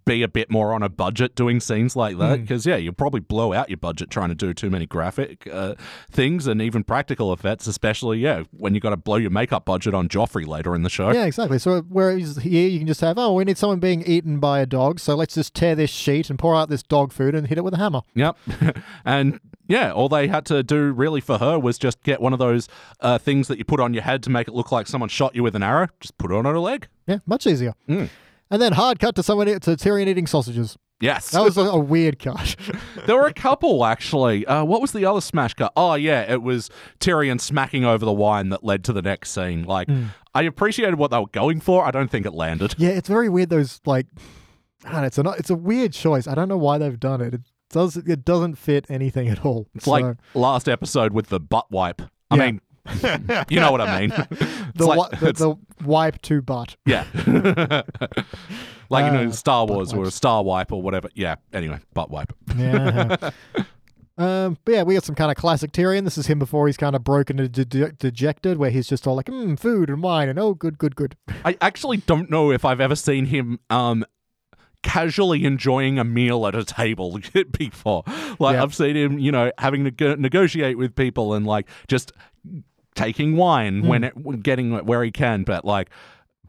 [SPEAKER 1] be a bit more on a budget doing scenes like that.
[SPEAKER 2] Mm.
[SPEAKER 1] Because, yeah, you'll probably blow out your budget trying to do too many graphic uh, things and even practical effects, especially, yeah, when you got to blow your makeup budget on Joffrey later in the show.
[SPEAKER 2] Yeah, exactly. So whereas here you can just have, oh, we need someone being eaten by a dog, so let's just tear this sheet and pour out this dog food and hit it with a hammer.
[SPEAKER 1] Yep. [laughs] and yeah, all they had to do really for her was just get one of those uh, things that you put on your head to make it look like someone shot you with an arrow. Just put it on her leg.
[SPEAKER 2] Yeah, much easier.
[SPEAKER 1] Mm.
[SPEAKER 2] And then hard cut to someone to Tyrion eating sausages.
[SPEAKER 1] Yes.
[SPEAKER 2] That was a, a weird cut. [laughs]
[SPEAKER 1] There were a couple actually. Uh, what was the other smash cut? Oh yeah, it was Tyrion smacking over the wine that led to the next scene. Like
[SPEAKER 2] Hmm.
[SPEAKER 1] I appreciated what they were going for. I don't think it
[SPEAKER 2] [laughs]
[SPEAKER 1] landed.
[SPEAKER 2] yeah, it's very weird. Those like, I don't know, it's a it's a weird choice. I don't know why they've done it. It does it doesn't fit anything at all.
[SPEAKER 1] It's like last episode with the butt wipe. I
[SPEAKER 2] Yeah.
[SPEAKER 1] mean, you know what I mean. It's
[SPEAKER 2] [laughs] the,
[SPEAKER 1] like,
[SPEAKER 2] wi- the, [laughs]
[SPEAKER 1] it's-
[SPEAKER 2] the wipe to butt.
[SPEAKER 1] yeah. [laughs] like you know, in
[SPEAKER 2] Uh,
[SPEAKER 1] Star Wars
[SPEAKER 2] butt
[SPEAKER 1] or a Star Wipe or whatever. Yeah. Anyway, butt wipe.
[SPEAKER 2] Yeah. [laughs] um, but yeah, we got some kind of classic Tyrion. This is him before he's kind of broken and de- de- dejected, where he's just all like, mm, food and wine and oh, good, good, good.
[SPEAKER 1] I actually don't know if I've ever seen him um casually enjoying a meal at a table [laughs] before. Like
[SPEAKER 2] Yeah.
[SPEAKER 1] I've seen him, you know, having to go- negotiate with people and like just taking wine
[SPEAKER 2] Hmm.
[SPEAKER 1] when it, when getting it where he can, but like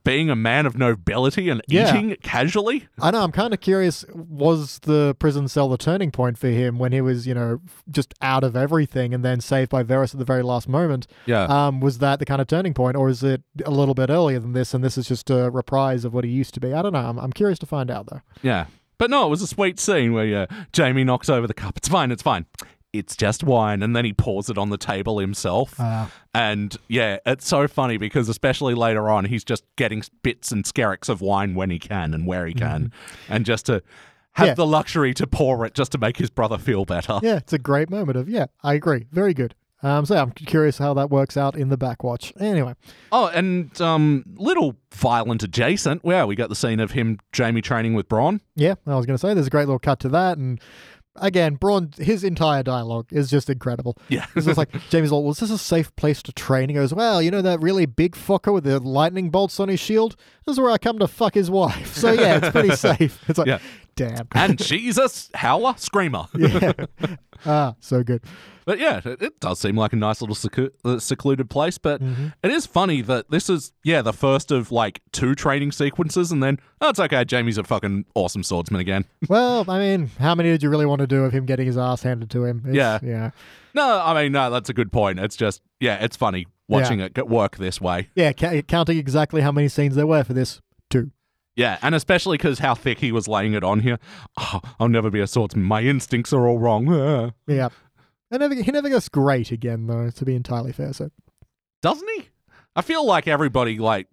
[SPEAKER 1] being a man of nobility and
[SPEAKER 2] Yeah.
[SPEAKER 1] eating casually.
[SPEAKER 2] I know. I'm kind of curious. Was the prison cell the turning point for him when he was, you know, just out of everything and then saved by Varys at the very last moment?
[SPEAKER 1] Yeah.
[SPEAKER 2] Um, was that the kind of turning point, or is it a little bit earlier than this? And this is just a reprise of what he used to be. I don't know. I'm, I'm curious to find out though.
[SPEAKER 1] Yeah. But no, it was a sweet scene where uh, Jamie knocks over the cup. It's fine, it's fine. It's just wine. And then he pours it on the table himself.
[SPEAKER 2] Ah.
[SPEAKER 1] and yeah, it's so funny because, especially later on, he's just getting bits and skerricks of wine when he can and where he can. And just to have
[SPEAKER 2] Mm-hmm. Yeah.
[SPEAKER 1] the luxury to pour it just to make his brother feel better.
[SPEAKER 2] Yeah, it's a great moment of yeah. I agree. Very good. Um, so yeah, I'm curious how that works out in the backwatch. Anyway,
[SPEAKER 1] Oh, and um, little violent adjacent. Wow, we got the scene of him, Jamie training with Braun.
[SPEAKER 2] yeah, I was going to say there's a great little cut to that, and again, Braun, his entire dialogue is just incredible.
[SPEAKER 1] [laughs] Yeah.
[SPEAKER 2] It's just like James all, was this a safe place to train? He goes, well, you know that really big fucker with the lightning bolts on his shield. This is where I come to fuck his wife. So yeah,
[SPEAKER 1] [laughs]
[SPEAKER 2] it's pretty safe. It's like,
[SPEAKER 1] Yeah.
[SPEAKER 2] damn. [laughs]
[SPEAKER 1] and [laughs] Jesus, howler, screamer.
[SPEAKER 2] yeah. Ah, so good.
[SPEAKER 1] But yeah, it, it does seem like a nice little secu- uh, secluded place. But it is funny that this is, yeah, the first of like two training sequences, and then, oh, it's okay, Jamie's a fucking awesome swordsman again.
[SPEAKER 2] Well, I mean, how many did you really want to do of him getting his ass handed to him? It's-
[SPEAKER 1] Yeah.
[SPEAKER 2] yeah.
[SPEAKER 1] no, I mean, no, that's a good point. It's just, yeah, it's funny watching it it work this way.
[SPEAKER 2] Yeah, ca- counting exactly how many scenes there were for this two.
[SPEAKER 1] Yeah, and especially because how thick he was laying it on here. Oh, I'll never be a swordsman. My instincts are all wrong. [laughs] Ah.
[SPEAKER 2] Yeah. And never, he never gets great again, though, to be entirely fair. So,
[SPEAKER 1] Doesn't he? I feel like everybody, like,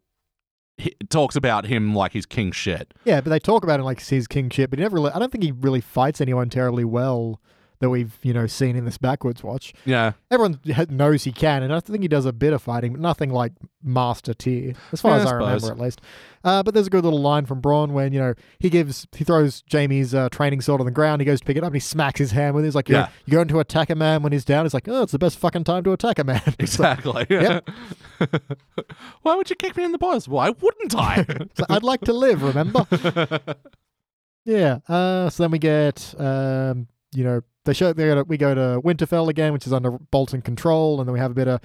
[SPEAKER 1] he, talks about him like he's king shit.
[SPEAKER 2] yeah, but they talk about him like it's his kingship, but he never really, I don't think he really fights anyone terribly well that we've, you know, seen in this backwards watch.
[SPEAKER 1] Yeah.
[SPEAKER 2] Everyone ha- knows he can, and I think he does a bit of fighting, but nothing like master tier, as far
[SPEAKER 1] Yeah,
[SPEAKER 2] as
[SPEAKER 1] I
[SPEAKER 2] I remember,
[SPEAKER 1] suppose.
[SPEAKER 2] at least. Uh, but there's a good little line from Braun when you know he gives, he throws Jamie's uh, training sword on the ground. He goes to pick it up, and he smacks his hand with. it. He's like, you
[SPEAKER 1] Yeah.
[SPEAKER 2] know, "You're going to attack a man when he's down." He's like, "Oh, it's the best fucking time to attack a man." [laughs] It's like,
[SPEAKER 1] Exactly. [laughs] Why would you kick me in the balls? Why wouldn't I?
[SPEAKER 2] it's like, I'd like to live. Remember? yeah. Uh, so then we get, um, you know, they show they go to, we go to Winterfell again, which is under Bolton control, and then we have a bit of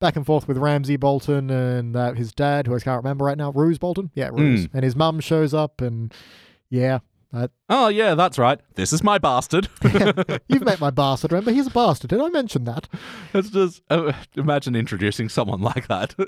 [SPEAKER 2] back and forth with Ramsay Bolton and uh, his dad, who I can't remember right now, Ruse Bolton. Yeah, Ruse, and his mum shows up, and yeah. that-
[SPEAKER 1] [laughs] oh yeah, that's right. This is my bastard.
[SPEAKER 2] you've met my bastard, remember? He's a bastard. Did I mention that?
[SPEAKER 1] it's just uh, imagine introducing someone like that. [laughs]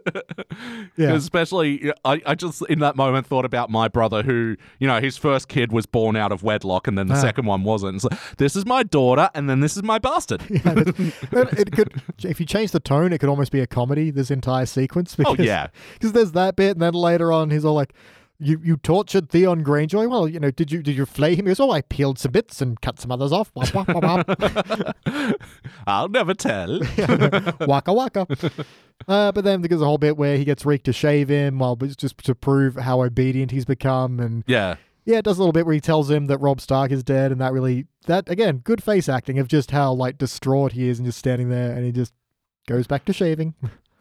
[SPEAKER 2] Yeah.
[SPEAKER 1] Especially, I, I just in that moment thought about my brother, who you know his first kid was born out of wedlock, and then the
[SPEAKER 2] Ah.
[SPEAKER 1] second one wasn't. So this is my daughter, and then this is my [laughs] bastard.
[SPEAKER 2] And it, and it could, if you change the tone, it could almost be a comedy. This entire sequence. Because,
[SPEAKER 1] Oh, yeah.
[SPEAKER 2] because there's that bit, and then later on, he's all like, "You you tortured Theon Greyjoy. Well, you know, did you did you flay him?" He goes, "Oh, I peeled some bits and cut some others off." Wah, wah, wah, wah.
[SPEAKER 1] I'll never [laughs] tell.
[SPEAKER 2] waka waka. Uh, but then there's a whole bit where he gets Reek to shave him, while it's just to prove how obedient he's become, and
[SPEAKER 1] yeah.
[SPEAKER 2] yeah, it does a little bit where he tells him that Rob Stark is dead, and that really that again, good face acting of just how like distraught he is, and just standing there, and he just goes back to shaving.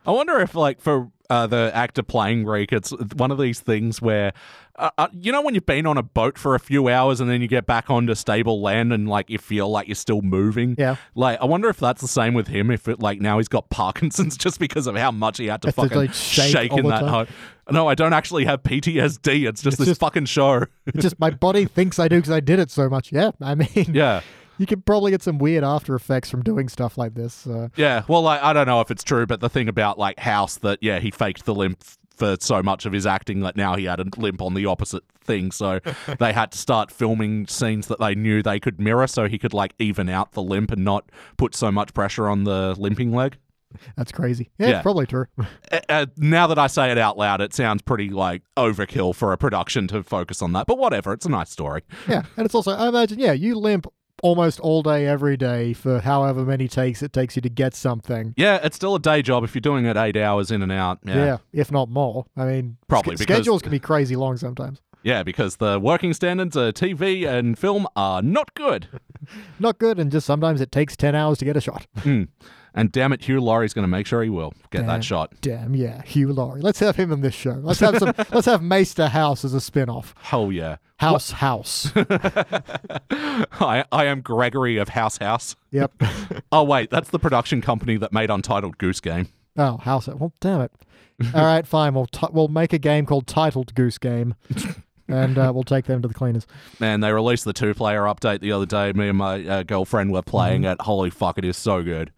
[SPEAKER 1] I wonder if, like, for uh, the actor playing Reek, it's one of these things where, uh, uh, you know, when you've been on a boat for a few hours and then you get back onto stable land and, like, you feel like you're still moving.
[SPEAKER 2] Yeah.
[SPEAKER 1] Like, I wonder if that's the same with him, if, it, like, now he's got Parkinson's [laughs] just because of how much he had to
[SPEAKER 2] It's just,
[SPEAKER 1] fucking
[SPEAKER 2] like, shake
[SPEAKER 1] shake,
[SPEAKER 2] all
[SPEAKER 1] in
[SPEAKER 2] the
[SPEAKER 1] that
[SPEAKER 2] time.
[SPEAKER 1] home. No, I don't actually have PTSD. It's just this
[SPEAKER 2] just-
[SPEAKER 1] fucking show. [laughs]
[SPEAKER 2] It's just my body thinks I do because I did it so much. Yeah, I mean,
[SPEAKER 1] yeah.
[SPEAKER 2] you could probably get some weird after effects from doing stuff like this. Uh,
[SPEAKER 1] Yeah. Well, like, I don't know if it's true, but the thing about, like, House that, yeah, he faked the limp f- for so much of his acting that now he had a limp on the opposite thing. So they had to start filming scenes that they knew they could mirror so he could, like, even out the limp and not put so much pressure on the limping leg.
[SPEAKER 2] that's crazy. Yeah,
[SPEAKER 1] Yeah.
[SPEAKER 2] It's probably true. [laughs]
[SPEAKER 1] Uh, uh, now that I say it out loud, it sounds pretty, like, overkill for a production to focus on that. But whatever. It's a nice story.
[SPEAKER 2] yeah, and it's also I imagine yeah, you limp almost all day, every day for however many takes it takes you to get something.
[SPEAKER 1] Yeah, it's still a day job if you're doing it eight hours in and out. Yeah.
[SPEAKER 2] Yeah, if not more. I mean,
[SPEAKER 1] Probably
[SPEAKER 2] sch-
[SPEAKER 1] because-
[SPEAKER 2] schedules can be crazy long sometimes.
[SPEAKER 1] Yeah, because the working standards of TV and film are not good.
[SPEAKER 2] Not good, and just sometimes it takes 10 hours to get a shot. [laughs]
[SPEAKER 1] Mm. And damn it, Hugh Laurie's going to make sure he will get
[SPEAKER 2] Damn.
[SPEAKER 1] that shot.
[SPEAKER 2] Damn, yeah, Hugh Laurie. Let's have him in this show. Let's have
[SPEAKER 1] [laughs]
[SPEAKER 2] some. let's have Maester House as a spin-off.
[SPEAKER 1] Hell yeah. [laughs]
[SPEAKER 2] House House.
[SPEAKER 1] I, I am Gregory of House House.
[SPEAKER 2] yep.
[SPEAKER 1] Oh, wait, that's the production company that made Untitled Goose Game.
[SPEAKER 2] Oh, House. Well,
[SPEAKER 1] [laughs]
[SPEAKER 2] damn it. All right, fine. We'll ti we'll make a game called Titled Goose Game,
[SPEAKER 1] [laughs]
[SPEAKER 2] and uh, we'll take them to the cleaners.
[SPEAKER 1] Man, they released the two player update the other day. Me and my uh, girlfriend were playing it. Holy fuck, it is so good.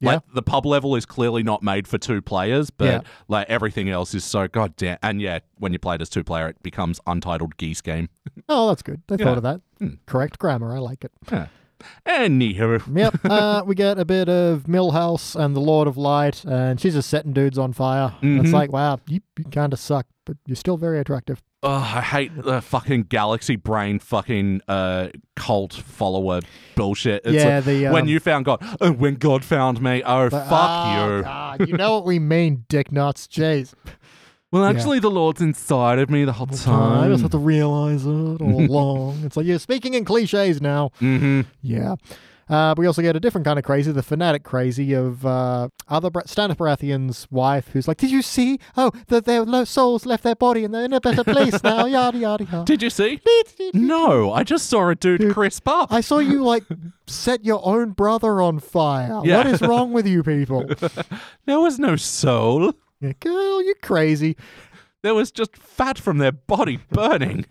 [SPEAKER 1] Like the pub level is clearly not made for two players, but
[SPEAKER 2] Yeah.
[SPEAKER 1] like everything else is so goddamn. And yeah, when you play it as two player, it becomes Untitled Geese Game.
[SPEAKER 2] Oh, that's good. They thought
[SPEAKER 1] Yeah. Hmm.
[SPEAKER 2] of that. Correct grammar. I like it.
[SPEAKER 1] Yeah. Anywho,
[SPEAKER 2] Yep.
[SPEAKER 1] [laughs]
[SPEAKER 2] Uh, we get a bit of Millhouse and the Lord of Light, and she's just setting dudes on fire. It's
[SPEAKER 1] Mm-hmm.
[SPEAKER 2] like, wow, you, you kind of suck, but you're still very attractive.
[SPEAKER 1] Ugh, I hate the fucking galaxy brain fucking uh, cult follower bullshit. It's
[SPEAKER 2] Yeah,
[SPEAKER 1] like,
[SPEAKER 2] the, um,
[SPEAKER 1] when you found God, oh, when God found me, oh
[SPEAKER 2] But-
[SPEAKER 1] fuck
[SPEAKER 2] Ah,
[SPEAKER 1] you.
[SPEAKER 2] God, you know what we mean, dick nuts. Jeez.
[SPEAKER 1] [laughs] Well, actually, the Lord's inside of me the whole
[SPEAKER 2] I
[SPEAKER 1] time.
[SPEAKER 2] just have to realize it
[SPEAKER 1] [laughs]
[SPEAKER 2] all along. It's like you're speaking in cliches now.
[SPEAKER 1] hmm
[SPEAKER 2] Yeah. Uh, we also get a different kind of crazy, the fanatic crazy of uh, other Bra- Stannis Baratheon's wife, who's like, "Did you see? Oh, that their lo- souls left their body and they're in a
[SPEAKER 1] [laughs]
[SPEAKER 2] better place now." Yada yada yada.
[SPEAKER 1] Did you see? No, I just saw a dude crisp up.
[SPEAKER 2] I saw you like set your own brother on fire.
[SPEAKER 1] Yeah.
[SPEAKER 2] What is wrong with
[SPEAKER 1] [laughs]
[SPEAKER 2] you people?
[SPEAKER 1] There was no soul.
[SPEAKER 2] Yeah, Girl, you crazy.
[SPEAKER 1] There was just fat from their body
[SPEAKER 2] [laughs]
[SPEAKER 1] burning.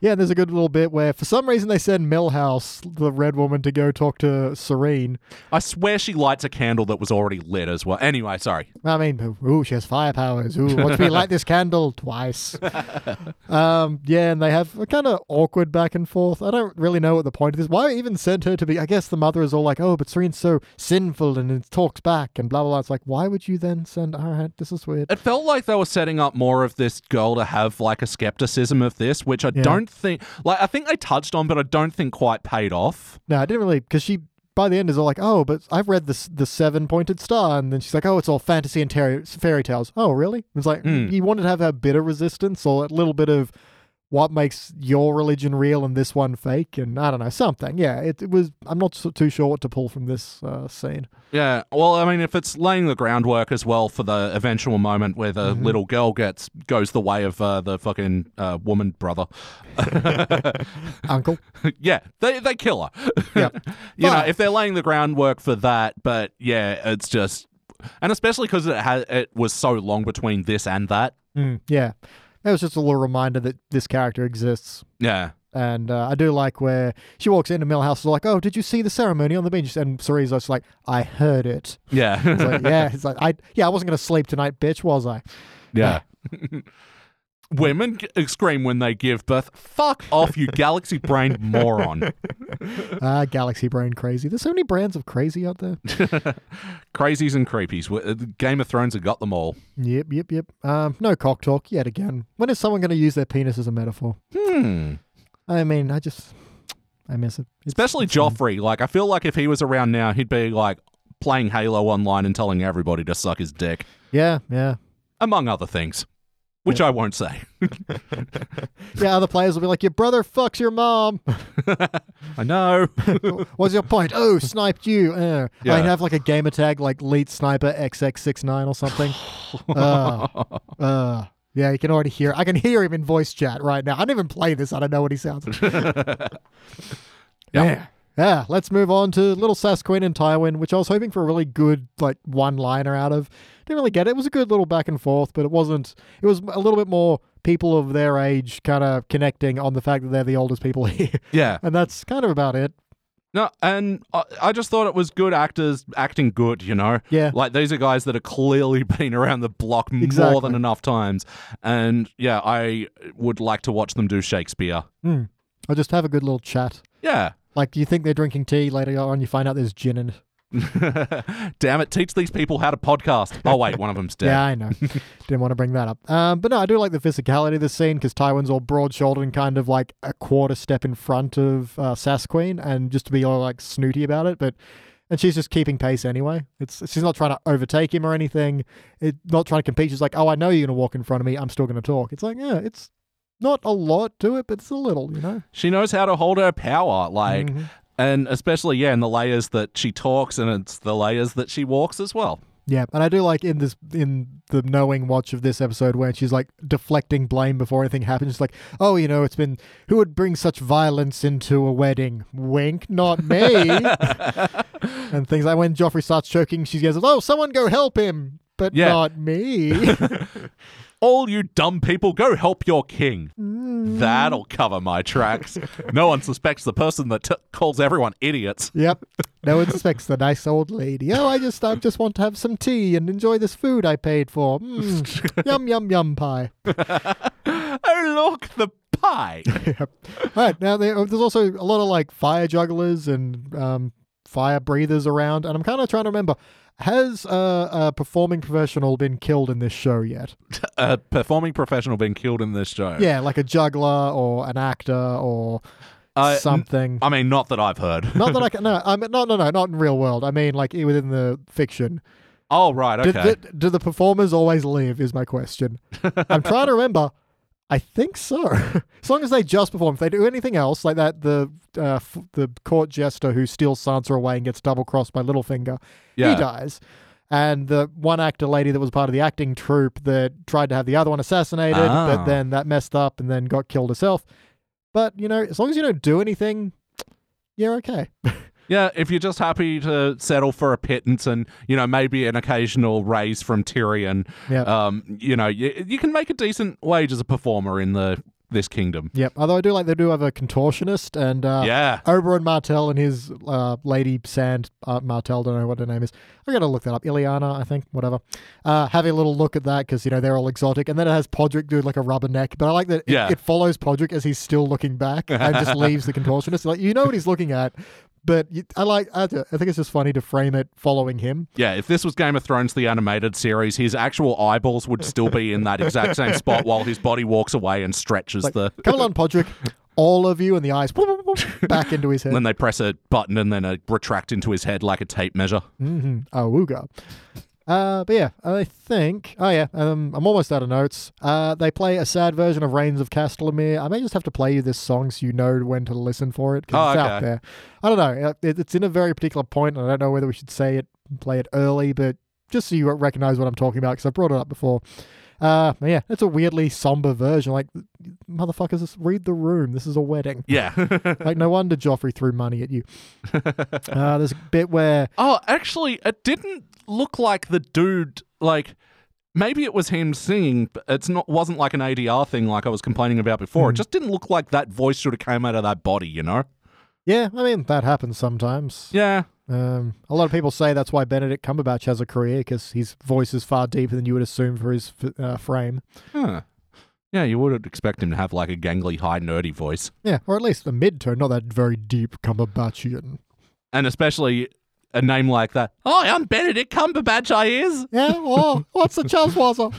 [SPEAKER 2] Yeah, there's a good little bit where for some reason they send Millhouse, the red woman, to go talk to Serene.
[SPEAKER 1] I swear she lights a candle that was already lit as well. Anyway, sorry.
[SPEAKER 2] I mean, ooh, she has fire powers. Ooh, watch me light this candle twice. um, yeah, and they have a kind of awkward back and forth. I don't really know what the point of this. Why even send her to be? I guess the mother is all like, "Oh, but Serene's so sinful and it talks back and blah blah." blah. It's like, why would you then send? All right, this is weird.
[SPEAKER 1] It felt like they were setting up more of this girl to have like a skepticism of this, which I
[SPEAKER 2] Yeah.
[SPEAKER 1] don't think, like, I think they touched on, but I don't think quite paid off.
[SPEAKER 2] No, I didn't really because she by the end is all like, "Oh, but I've read this the seven pointed star," and then she's like, "Oh, it's all fantasy and ter- fairy tales." Oh, really? It's like you wanted to have a bit of resistance or a little bit of what makes your religion real and this one fake, and I don't know something. Yeah, it, it was. I'm not so, too sure what to pull from this uh, scene.
[SPEAKER 1] Yeah. Well, I mean, if it's laying the groundwork as well for the eventual moment where the
[SPEAKER 2] Mm-hmm.
[SPEAKER 1] little girl gets goes the way of uh, the fucking uh, woman brother, [laughs]
[SPEAKER 2] Uncle,
[SPEAKER 1] yeah, they they kill her. [laughs]
[SPEAKER 2] Yeah.
[SPEAKER 1] you know,
[SPEAKER 2] But-
[SPEAKER 1] if they're laying the groundwork for that, but yeah, it's just, and especially because it had it was so long between this and that.
[SPEAKER 2] Mm, yeah, that was just a little reminder that this character exists.
[SPEAKER 1] Yeah.
[SPEAKER 2] And uh, I do like where she walks into Millhouse, is like, "Oh, did you see the ceremony on the beach?" And Cerise is like, "I heard it."
[SPEAKER 1] Yeah.
[SPEAKER 2] It's like, yeah, it's like I yeah, I wasn't gonna sleep tonight, bitch, was I?
[SPEAKER 1] Yeah. [laughs] Women g- scream when they give birth. Fuck off, you galaxy brained moron. [laughs]
[SPEAKER 2] Ah, Galaxy Brain crazy. There's so many brands of crazy
[SPEAKER 1] [laughs]
[SPEAKER 2] out there.
[SPEAKER 1] Crazies and creepies. W- uh, Game of Thrones have got them all.
[SPEAKER 2] yep, yep, yep. Um, no cock talk yet again. When is someone gonna use their penis as a metaphor?
[SPEAKER 1] Hmm.
[SPEAKER 2] I mean, I just I miss it. It's-
[SPEAKER 1] Especially Joffrey. Like, I feel like if he was around now, he'd be like playing Halo online and telling everybody to suck his dick,
[SPEAKER 2] yeah, yeah.
[SPEAKER 1] among other things, which I won't say.
[SPEAKER 2] Yeah, other players will be like, Your brother fucks
[SPEAKER 1] [laughs]
[SPEAKER 2] your mom.
[SPEAKER 1] I [laughs] know.
[SPEAKER 2] What's your point? Oh, sniped you. Uh.
[SPEAKER 1] Yeah.
[SPEAKER 2] I'd have like a gamer tag like Leet Sniper XX69
[SPEAKER 1] [laughs]
[SPEAKER 2] or something. uh, uh, yeah, you can already hear. I can hear him in voice chat right now. I didn't even play this. I don't know what he sounds like. yeah. Yeah, let's move on to Little Sass Queen and Tywin, which I was hoping for a really good like one liner out of. Didn't really get it. It was a good little back and forth, but it wasn't. It was a little bit more people of their age kind of connecting on the fact that they're the oldest people [laughs] here,
[SPEAKER 1] yeah.
[SPEAKER 2] and that's kind of about it.
[SPEAKER 1] No, and I, I just thought it was good actors acting good, you know?
[SPEAKER 2] Yeah.
[SPEAKER 1] Like, these are guys that have clearly [laughs] been around the block
[SPEAKER 2] Exactly.
[SPEAKER 1] more than enough times. And yeah, I would like to watch them do Shakespeare.
[SPEAKER 2] Mm. I'll just have a good little chat.
[SPEAKER 1] Yeah. [laughs]
[SPEAKER 2] Like, do you think they're drinking tea later on? You find out there's gin in it.
[SPEAKER 1] Damn it, teach these people how to podcast. Oh, wait, one of them's dead.
[SPEAKER 2] Yeah, I know. Didn't want to bring that up. Um, but no, I do like the physicality of this scene because Tywin's all broad shouldered and kind of like a quarter step in front of uh, Sass Queen and just to be all like snooty about it. But and she's just keeping pace anyway. It's she's not trying to overtake him or anything. It not trying to compete. She's like, oh, I know you're gonna walk in front of me. I'm still gonna talk. It's like, yeah, it's not a lot to it, but it's a little, you know.
[SPEAKER 1] She knows how to hold her power, like,
[SPEAKER 2] Mhm.
[SPEAKER 1] and especially, yeah, in the layers that she talks and it's the layers that she walks as well.
[SPEAKER 2] Yeah, and I do like in this in the knowing watch of this episode where she's like deflecting blame before anything happens. She's like, "Oh, you know, it's been who would bring such violence into a wedding? Wink, not me." and things like when Joffrey starts choking, she goes, "Oh, someone go help him." But
[SPEAKER 1] Yeah.
[SPEAKER 2] not me.
[SPEAKER 1] All you dumb people, go help your king.
[SPEAKER 2] Mm.
[SPEAKER 1] That'll cover my tracks. no one suspects the person that t- calls everyone idiots. [laughs]
[SPEAKER 2] yep. No one suspects the nice old lady. Oh, I just I just want to have some tea and enjoy this food I paid for. Mm. yum yum yum pie.
[SPEAKER 1] Oh, look, the
[SPEAKER 2] [laughs]
[SPEAKER 1] pie.
[SPEAKER 2] Yep. All right. Now there, there's also a lot of like fire jugglers and um, fire breathers around, and I'm kind of trying to remember: has uh, a performing professional been killed in this show yet?
[SPEAKER 1] a performing professional being killed in this show.
[SPEAKER 2] Yeah, like a juggler or an actor or
[SPEAKER 1] Uh,
[SPEAKER 2] something.
[SPEAKER 1] I mean, not that I've heard.
[SPEAKER 2] not that I can. No, I mean, no, no, no, not in real world. I mean, like i- within the fiction.
[SPEAKER 1] [laughs] oh, right, okay.
[SPEAKER 2] Did, did- do the performers always live? Is my question.
[SPEAKER 1] [laughs]
[SPEAKER 2] I'm trying to remember. I think so. [laughs] as long as they just perform, if they do anything else like that, the uh, f- the court jester who steals Sansa away and gets double crossed by Littlefinger,
[SPEAKER 1] Yeah.
[SPEAKER 2] he dies. And the one actor lady that was part of the acting troupe that tried to have the other one assassinated,
[SPEAKER 1] Ah.
[SPEAKER 2] but then that messed up and then got killed herself. But you know, as long as you don't do anything, you're okay.
[SPEAKER 1] Yeah, if you're just happy to settle for a pittance and, you know, maybe an occasional raise from Tyrion,
[SPEAKER 2] Yeah.
[SPEAKER 1] um, you know, you, you can make a decent wage as a performer in the this kingdom.
[SPEAKER 2] Yep. Although I do like they do have a contortionist and uh,
[SPEAKER 1] yeah.
[SPEAKER 2] Oberon Martell and his uh, lady Sand uh, Martell, don't know what her name is. I gotta look that up. Ileana, I think, whatever. Uh, have a little look at that because you know they're all exotic, and then it has Podrick do like a rubber neck. But I like that it,
[SPEAKER 1] Yeah.
[SPEAKER 2] it follows Podrick as he's still looking back and just leaves the contortionist. Like you know what he's looking at, but you, I like I, d- I think it's just funny to frame it following him.
[SPEAKER 1] Yeah, if this was Game of Thrones, the animated series, his actual eyeballs would still be in that exact same spot while his body walks away and stretches the.
[SPEAKER 2] Come on, Podrick, all of you, and the eyes back into his head.
[SPEAKER 1] Then they press a button and then a retract into his head like a tape measure.
[SPEAKER 2] Mm-hmm. Awooga. Uh, but yeah, I think. Oh yeah, um, I'm almost out of notes. Uh, they play a sad version of Reigns of Castellamere. I may just have to play you this song so you know when to listen for it 'cause
[SPEAKER 1] Oh,
[SPEAKER 2] it's out
[SPEAKER 1] okay.
[SPEAKER 2] there. I don't know. uh, It, it's in a very particular point, and I don't know whether we should say it, play it early, but just so you recognize what I'm talking about because I brought it up before. Uh, but yeah, it's a weirdly somber version. Like, motherfuckers, just read the room. This is
[SPEAKER 1] [laughs]
[SPEAKER 2] a wedding.
[SPEAKER 1] Yeah.
[SPEAKER 2] Like, no wonder Joffrey threw
[SPEAKER 1] [laughs]
[SPEAKER 2] money at you. Uh, there's a bit where
[SPEAKER 1] Oh, actually, it didn't look like the dude. Like maybe it was him singing. But it's not. Wasn't like an ADR thing, like I was complaining about before. It just didn't look like that voice should have came out of that body. You know?
[SPEAKER 2] Yeah, I mean that happens sometimes.
[SPEAKER 1] Yeah.
[SPEAKER 2] Um, a lot of people say that's why Benedict Cumberbatch has a career because his voice is far deeper than you would assume for his f- uh, frame.
[SPEAKER 1] Huh. Yeah, you would expect him to have like a gangly, high, nerdy voice,
[SPEAKER 2] Yeah, or at least a mid-tone, not that very deep Cumberbatchian.
[SPEAKER 1] and especially a name like that. Oh, I'm Benedict Cumberbatch. I is.
[SPEAKER 2] Yeah,
[SPEAKER 1] [laughs]
[SPEAKER 2] oh, what's the Charles Wazza?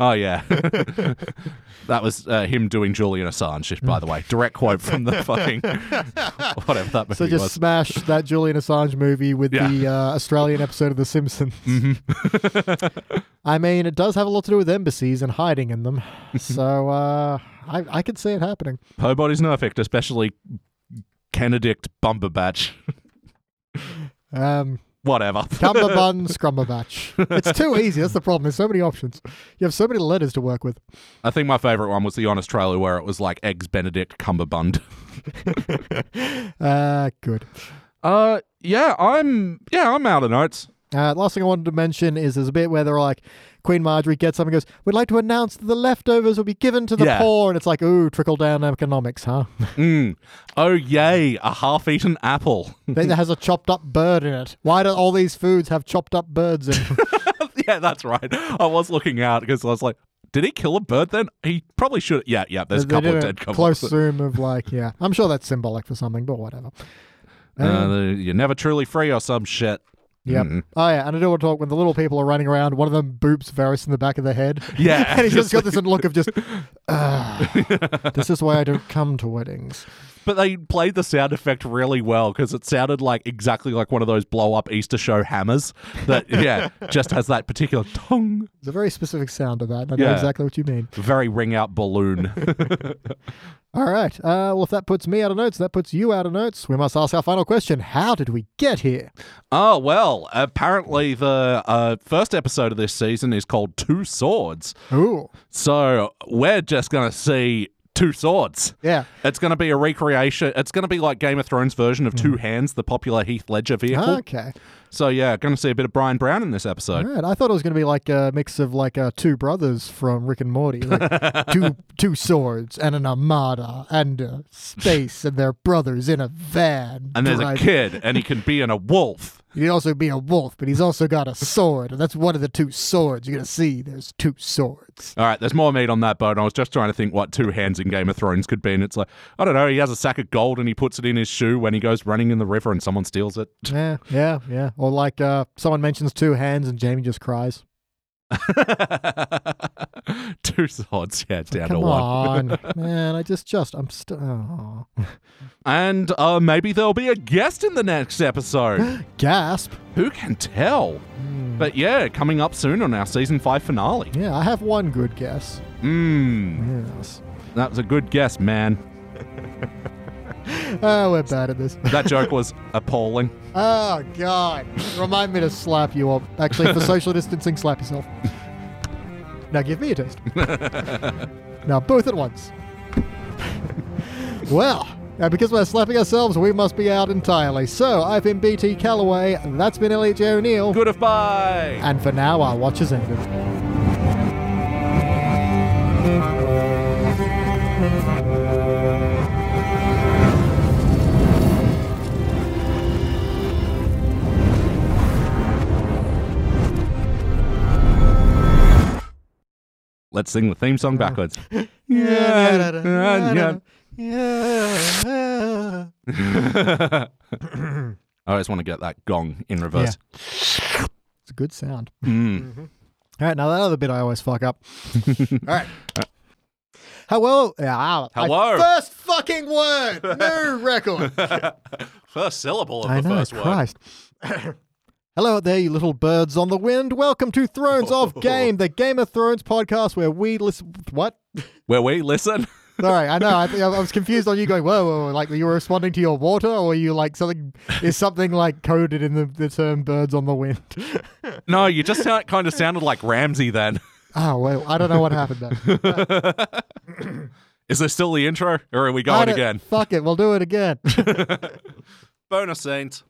[SPEAKER 1] Oh yeah. [laughs] that was uh, him doing Julian Assange, by the way. Direct quote from the [laughs] fucking whatever that movie
[SPEAKER 2] So just
[SPEAKER 1] was.
[SPEAKER 2] smash that Julian Assange movie with
[SPEAKER 1] Yeah.
[SPEAKER 2] the uh, Australian episode of The Simpsons.
[SPEAKER 1] Mm-hmm.
[SPEAKER 2] [laughs] I mean, it does have a lot to do with embassies and hiding in them.
[SPEAKER 1] Mm-hmm.
[SPEAKER 2] So uh, I, I could see it happening.
[SPEAKER 1] Her body's perfect, especially Benedict Bumberbatch.
[SPEAKER 2] Um,
[SPEAKER 1] [laughs] Whatever.
[SPEAKER 2] Cumberbun, Scrumberbatch. It's too easy. That's the problem. There's so many options. You have so many letters to work with.
[SPEAKER 1] I think my favourite one was the Honest Trailer where it was like Eggs Benedict Cumberbund.
[SPEAKER 2] Uh, good.
[SPEAKER 1] Uh yeah, I'm yeah, I'm out of notes.
[SPEAKER 2] Uh, last thing I wanted to mention is there's a bit where they're like, Queen Marjorie gets up and goes, We'd like to announce that the leftovers will be given to the
[SPEAKER 1] Yeah.
[SPEAKER 2] poor. And it's like, Ooh, trickle down
[SPEAKER 1] [laughs]
[SPEAKER 2] economics, huh?
[SPEAKER 1] Mm. Oh yay, a half eaten apple.
[SPEAKER 2] that has a chopped up bird in it. Why do all these foods have chopped up
[SPEAKER 1] [laughs]
[SPEAKER 2] birds in them?
[SPEAKER 1] yeah, that's right. I was looking out because I was like, did he kill a bird then? He probably should yeah, yeah, there's a
[SPEAKER 2] They
[SPEAKER 1] couple Uh,
[SPEAKER 2] did
[SPEAKER 1] of
[SPEAKER 2] a
[SPEAKER 1] dead couples.
[SPEAKER 2] Close zoom of like, yeah. I'm sure that's symbolic for something, but whatever.
[SPEAKER 1] Uh, you're never truly free or some shit.
[SPEAKER 2] Yep. Oh yeah, and I do want to talk when the little people are running around. One of them boops Varys in the back of the head.
[SPEAKER 1] [laughs] Yeah,
[SPEAKER 2] [laughs] and he's just
[SPEAKER 1] just [laughs]
[SPEAKER 2] got this look of just, "Ah, this is why I don't come to weddings.
[SPEAKER 1] But they played the sound effect really well because it sounded like exactly like one of those blow up Easter show hammers
[SPEAKER 2] [laughs]
[SPEAKER 1] that, yeah, just has that particular tongue,
[SPEAKER 2] There's a very specific sound to that. and I know
[SPEAKER 1] Yeah.
[SPEAKER 2] exactly what you mean.
[SPEAKER 1] very ring out balloon. [laughs]
[SPEAKER 2] All right. Uh, well, if that puts me out of notes, that puts you out of notes. We must ask our final question: How did we get here?
[SPEAKER 1] Oh, well, apparently the uh, first episode of this season is called Two Swords.
[SPEAKER 2] Ooh,
[SPEAKER 1] So we're just going to see two swords.
[SPEAKER 2] yeah.
[SPEAKER 1] It's going to be a recreation. It's going to be like Game of Thrones version of
[SPEAKER 2] Mm.
[SPEAKER 1] Two Hands, the popular Heath Ledger vehicle.
[SPEAKER 2] Okay.
[SPEAKER 1] So yeah, going to see a bit of Brian Brown in this
[SPEAKER 2] All
[SPEAKER 1] episode.
[SPEAKER 2] right. I thought it was going to be like a mix of like uh, two brothers from Rick and Morty, like
[SPEAKER 1] [laughs]
[SPEAKER 2] two two swords and an armada and uh, space, and they're brothers in a van.
[SPEAKER 1] And there's a
[SPEAKER 2] driving-
[SPEAKER 1] kid, and he can be in a wolf.
[SPEAKER 2] He'd also be a wolf, but he's also got a sword, and that's one of the two swords you're gonna see. There's two swords.
[SPEAKER 1] All right, there's more meat on that bone. I was just trying to think what two hands in Game of Thrones could be, and it's like I don't know. He has a sack of gold, and he puts it in his shoe when he goes running in the river, and someone steals it. [laughs]
[SPEAKER 2] Yeah, yeah, yeah. Or like uh, someone mentions two hands, and Jamie just cries.
[SPEAKER 1] two swords, yeah, down to
[SPEAKER 2] Come
[SPEAKER 1] one. [laughs]
[SPEAKER 2] on, man! I just, just, I'm still. Oh.
[SPEAKER 1] And uh, maybe there'll be a guest in the next
[SPEAKER 2] [gasps]
[SPEAKER 1] episode.
[SPEAKER 2] Gasp!
[SPEAKER 1] Who can tell?
[SPEAKER 2] Hmm.
[SPEAKER 1] But yeah, coming up soon on our season five finale.
[SPEAKER 2] Yeah, I have one good guess.
[SPEAKER 1] Mmm,
[SPEAKER 2] Yes.
[SPEAKER 1] that was a good guess, man.
[SPEAKER 2] Oh, we're bad at this. [laughs]
[SPEAKER 1] That joke [laughs] was appalling.
[SPEAKER 2] Oh God! Remind me to slap you up. Actually, for social distancing, slap yourself. Now give me a taste. now both at once. well, now because we're slapping ourselves, we must be out entirely. So I've been BT Calloway. That's been Elliot J O'Neill.
[SPEAKER 1] Good of bye.
[SPEAKER 2] And for now, our watch is ended.
[SPEAKER 1] Let's sing the theme song backwards. [laughs] I always want to get that gong in reverse.
[SPEAKER 2] It's a good sound.
[SPEAKER 1] Mm.
[SPEAKER 2] All right, now that other bit I always
[SPEAKER 1] [laughs]
[SPEAKER 2] fuck up. All right. Hello. Ah, I-
[SPEAKER 1] Hello.
[SPEAKER 2] First fucking
[SPEAKER 1] [laughs]
[SPEAKER 2] word. New record.
[SPEAKER 1] First syllable of
[SPEAKER 2] I
[SPEAKER 1] the
[SPEAKER 2] know.
[SPEAKER 1] first word.
[SPEAKER 2] Christ. [coughs] Hello there, you little birds on the wind. Welcome to
[SPEAKER 1] [laughs]
[SPEAKER 2] Thrones of Game, the Game of Thrones podcast where we listen. What?
[SPEAKER 1] Where we listen.
[SPEAKER 2] Sorry, I know. I, think I was confused on you going, whoa, whoa, whoa, like you were responding to your water, or you like something is something like coded in the, the term birds on the wind.
[SPEAKER 1] [laughs]
[SPEAKER 2] [laughs]
[SPEAKER 1] No, you just sound, kind of sounded like Ramsey then.
[SPEAKER 2] Oh, well, I don't know what happened there.
[SPEAKER 1] [laughs] Is this still the intro or are we
[SPEAKER 2] I
[SPEAKER 1] going
[SPEAKER 2] don't-
[SPEAKER 1] again?
[SPEAKER 2] Fuck it, we'll do it again.
[SPEAKER 1] Bonus scenes.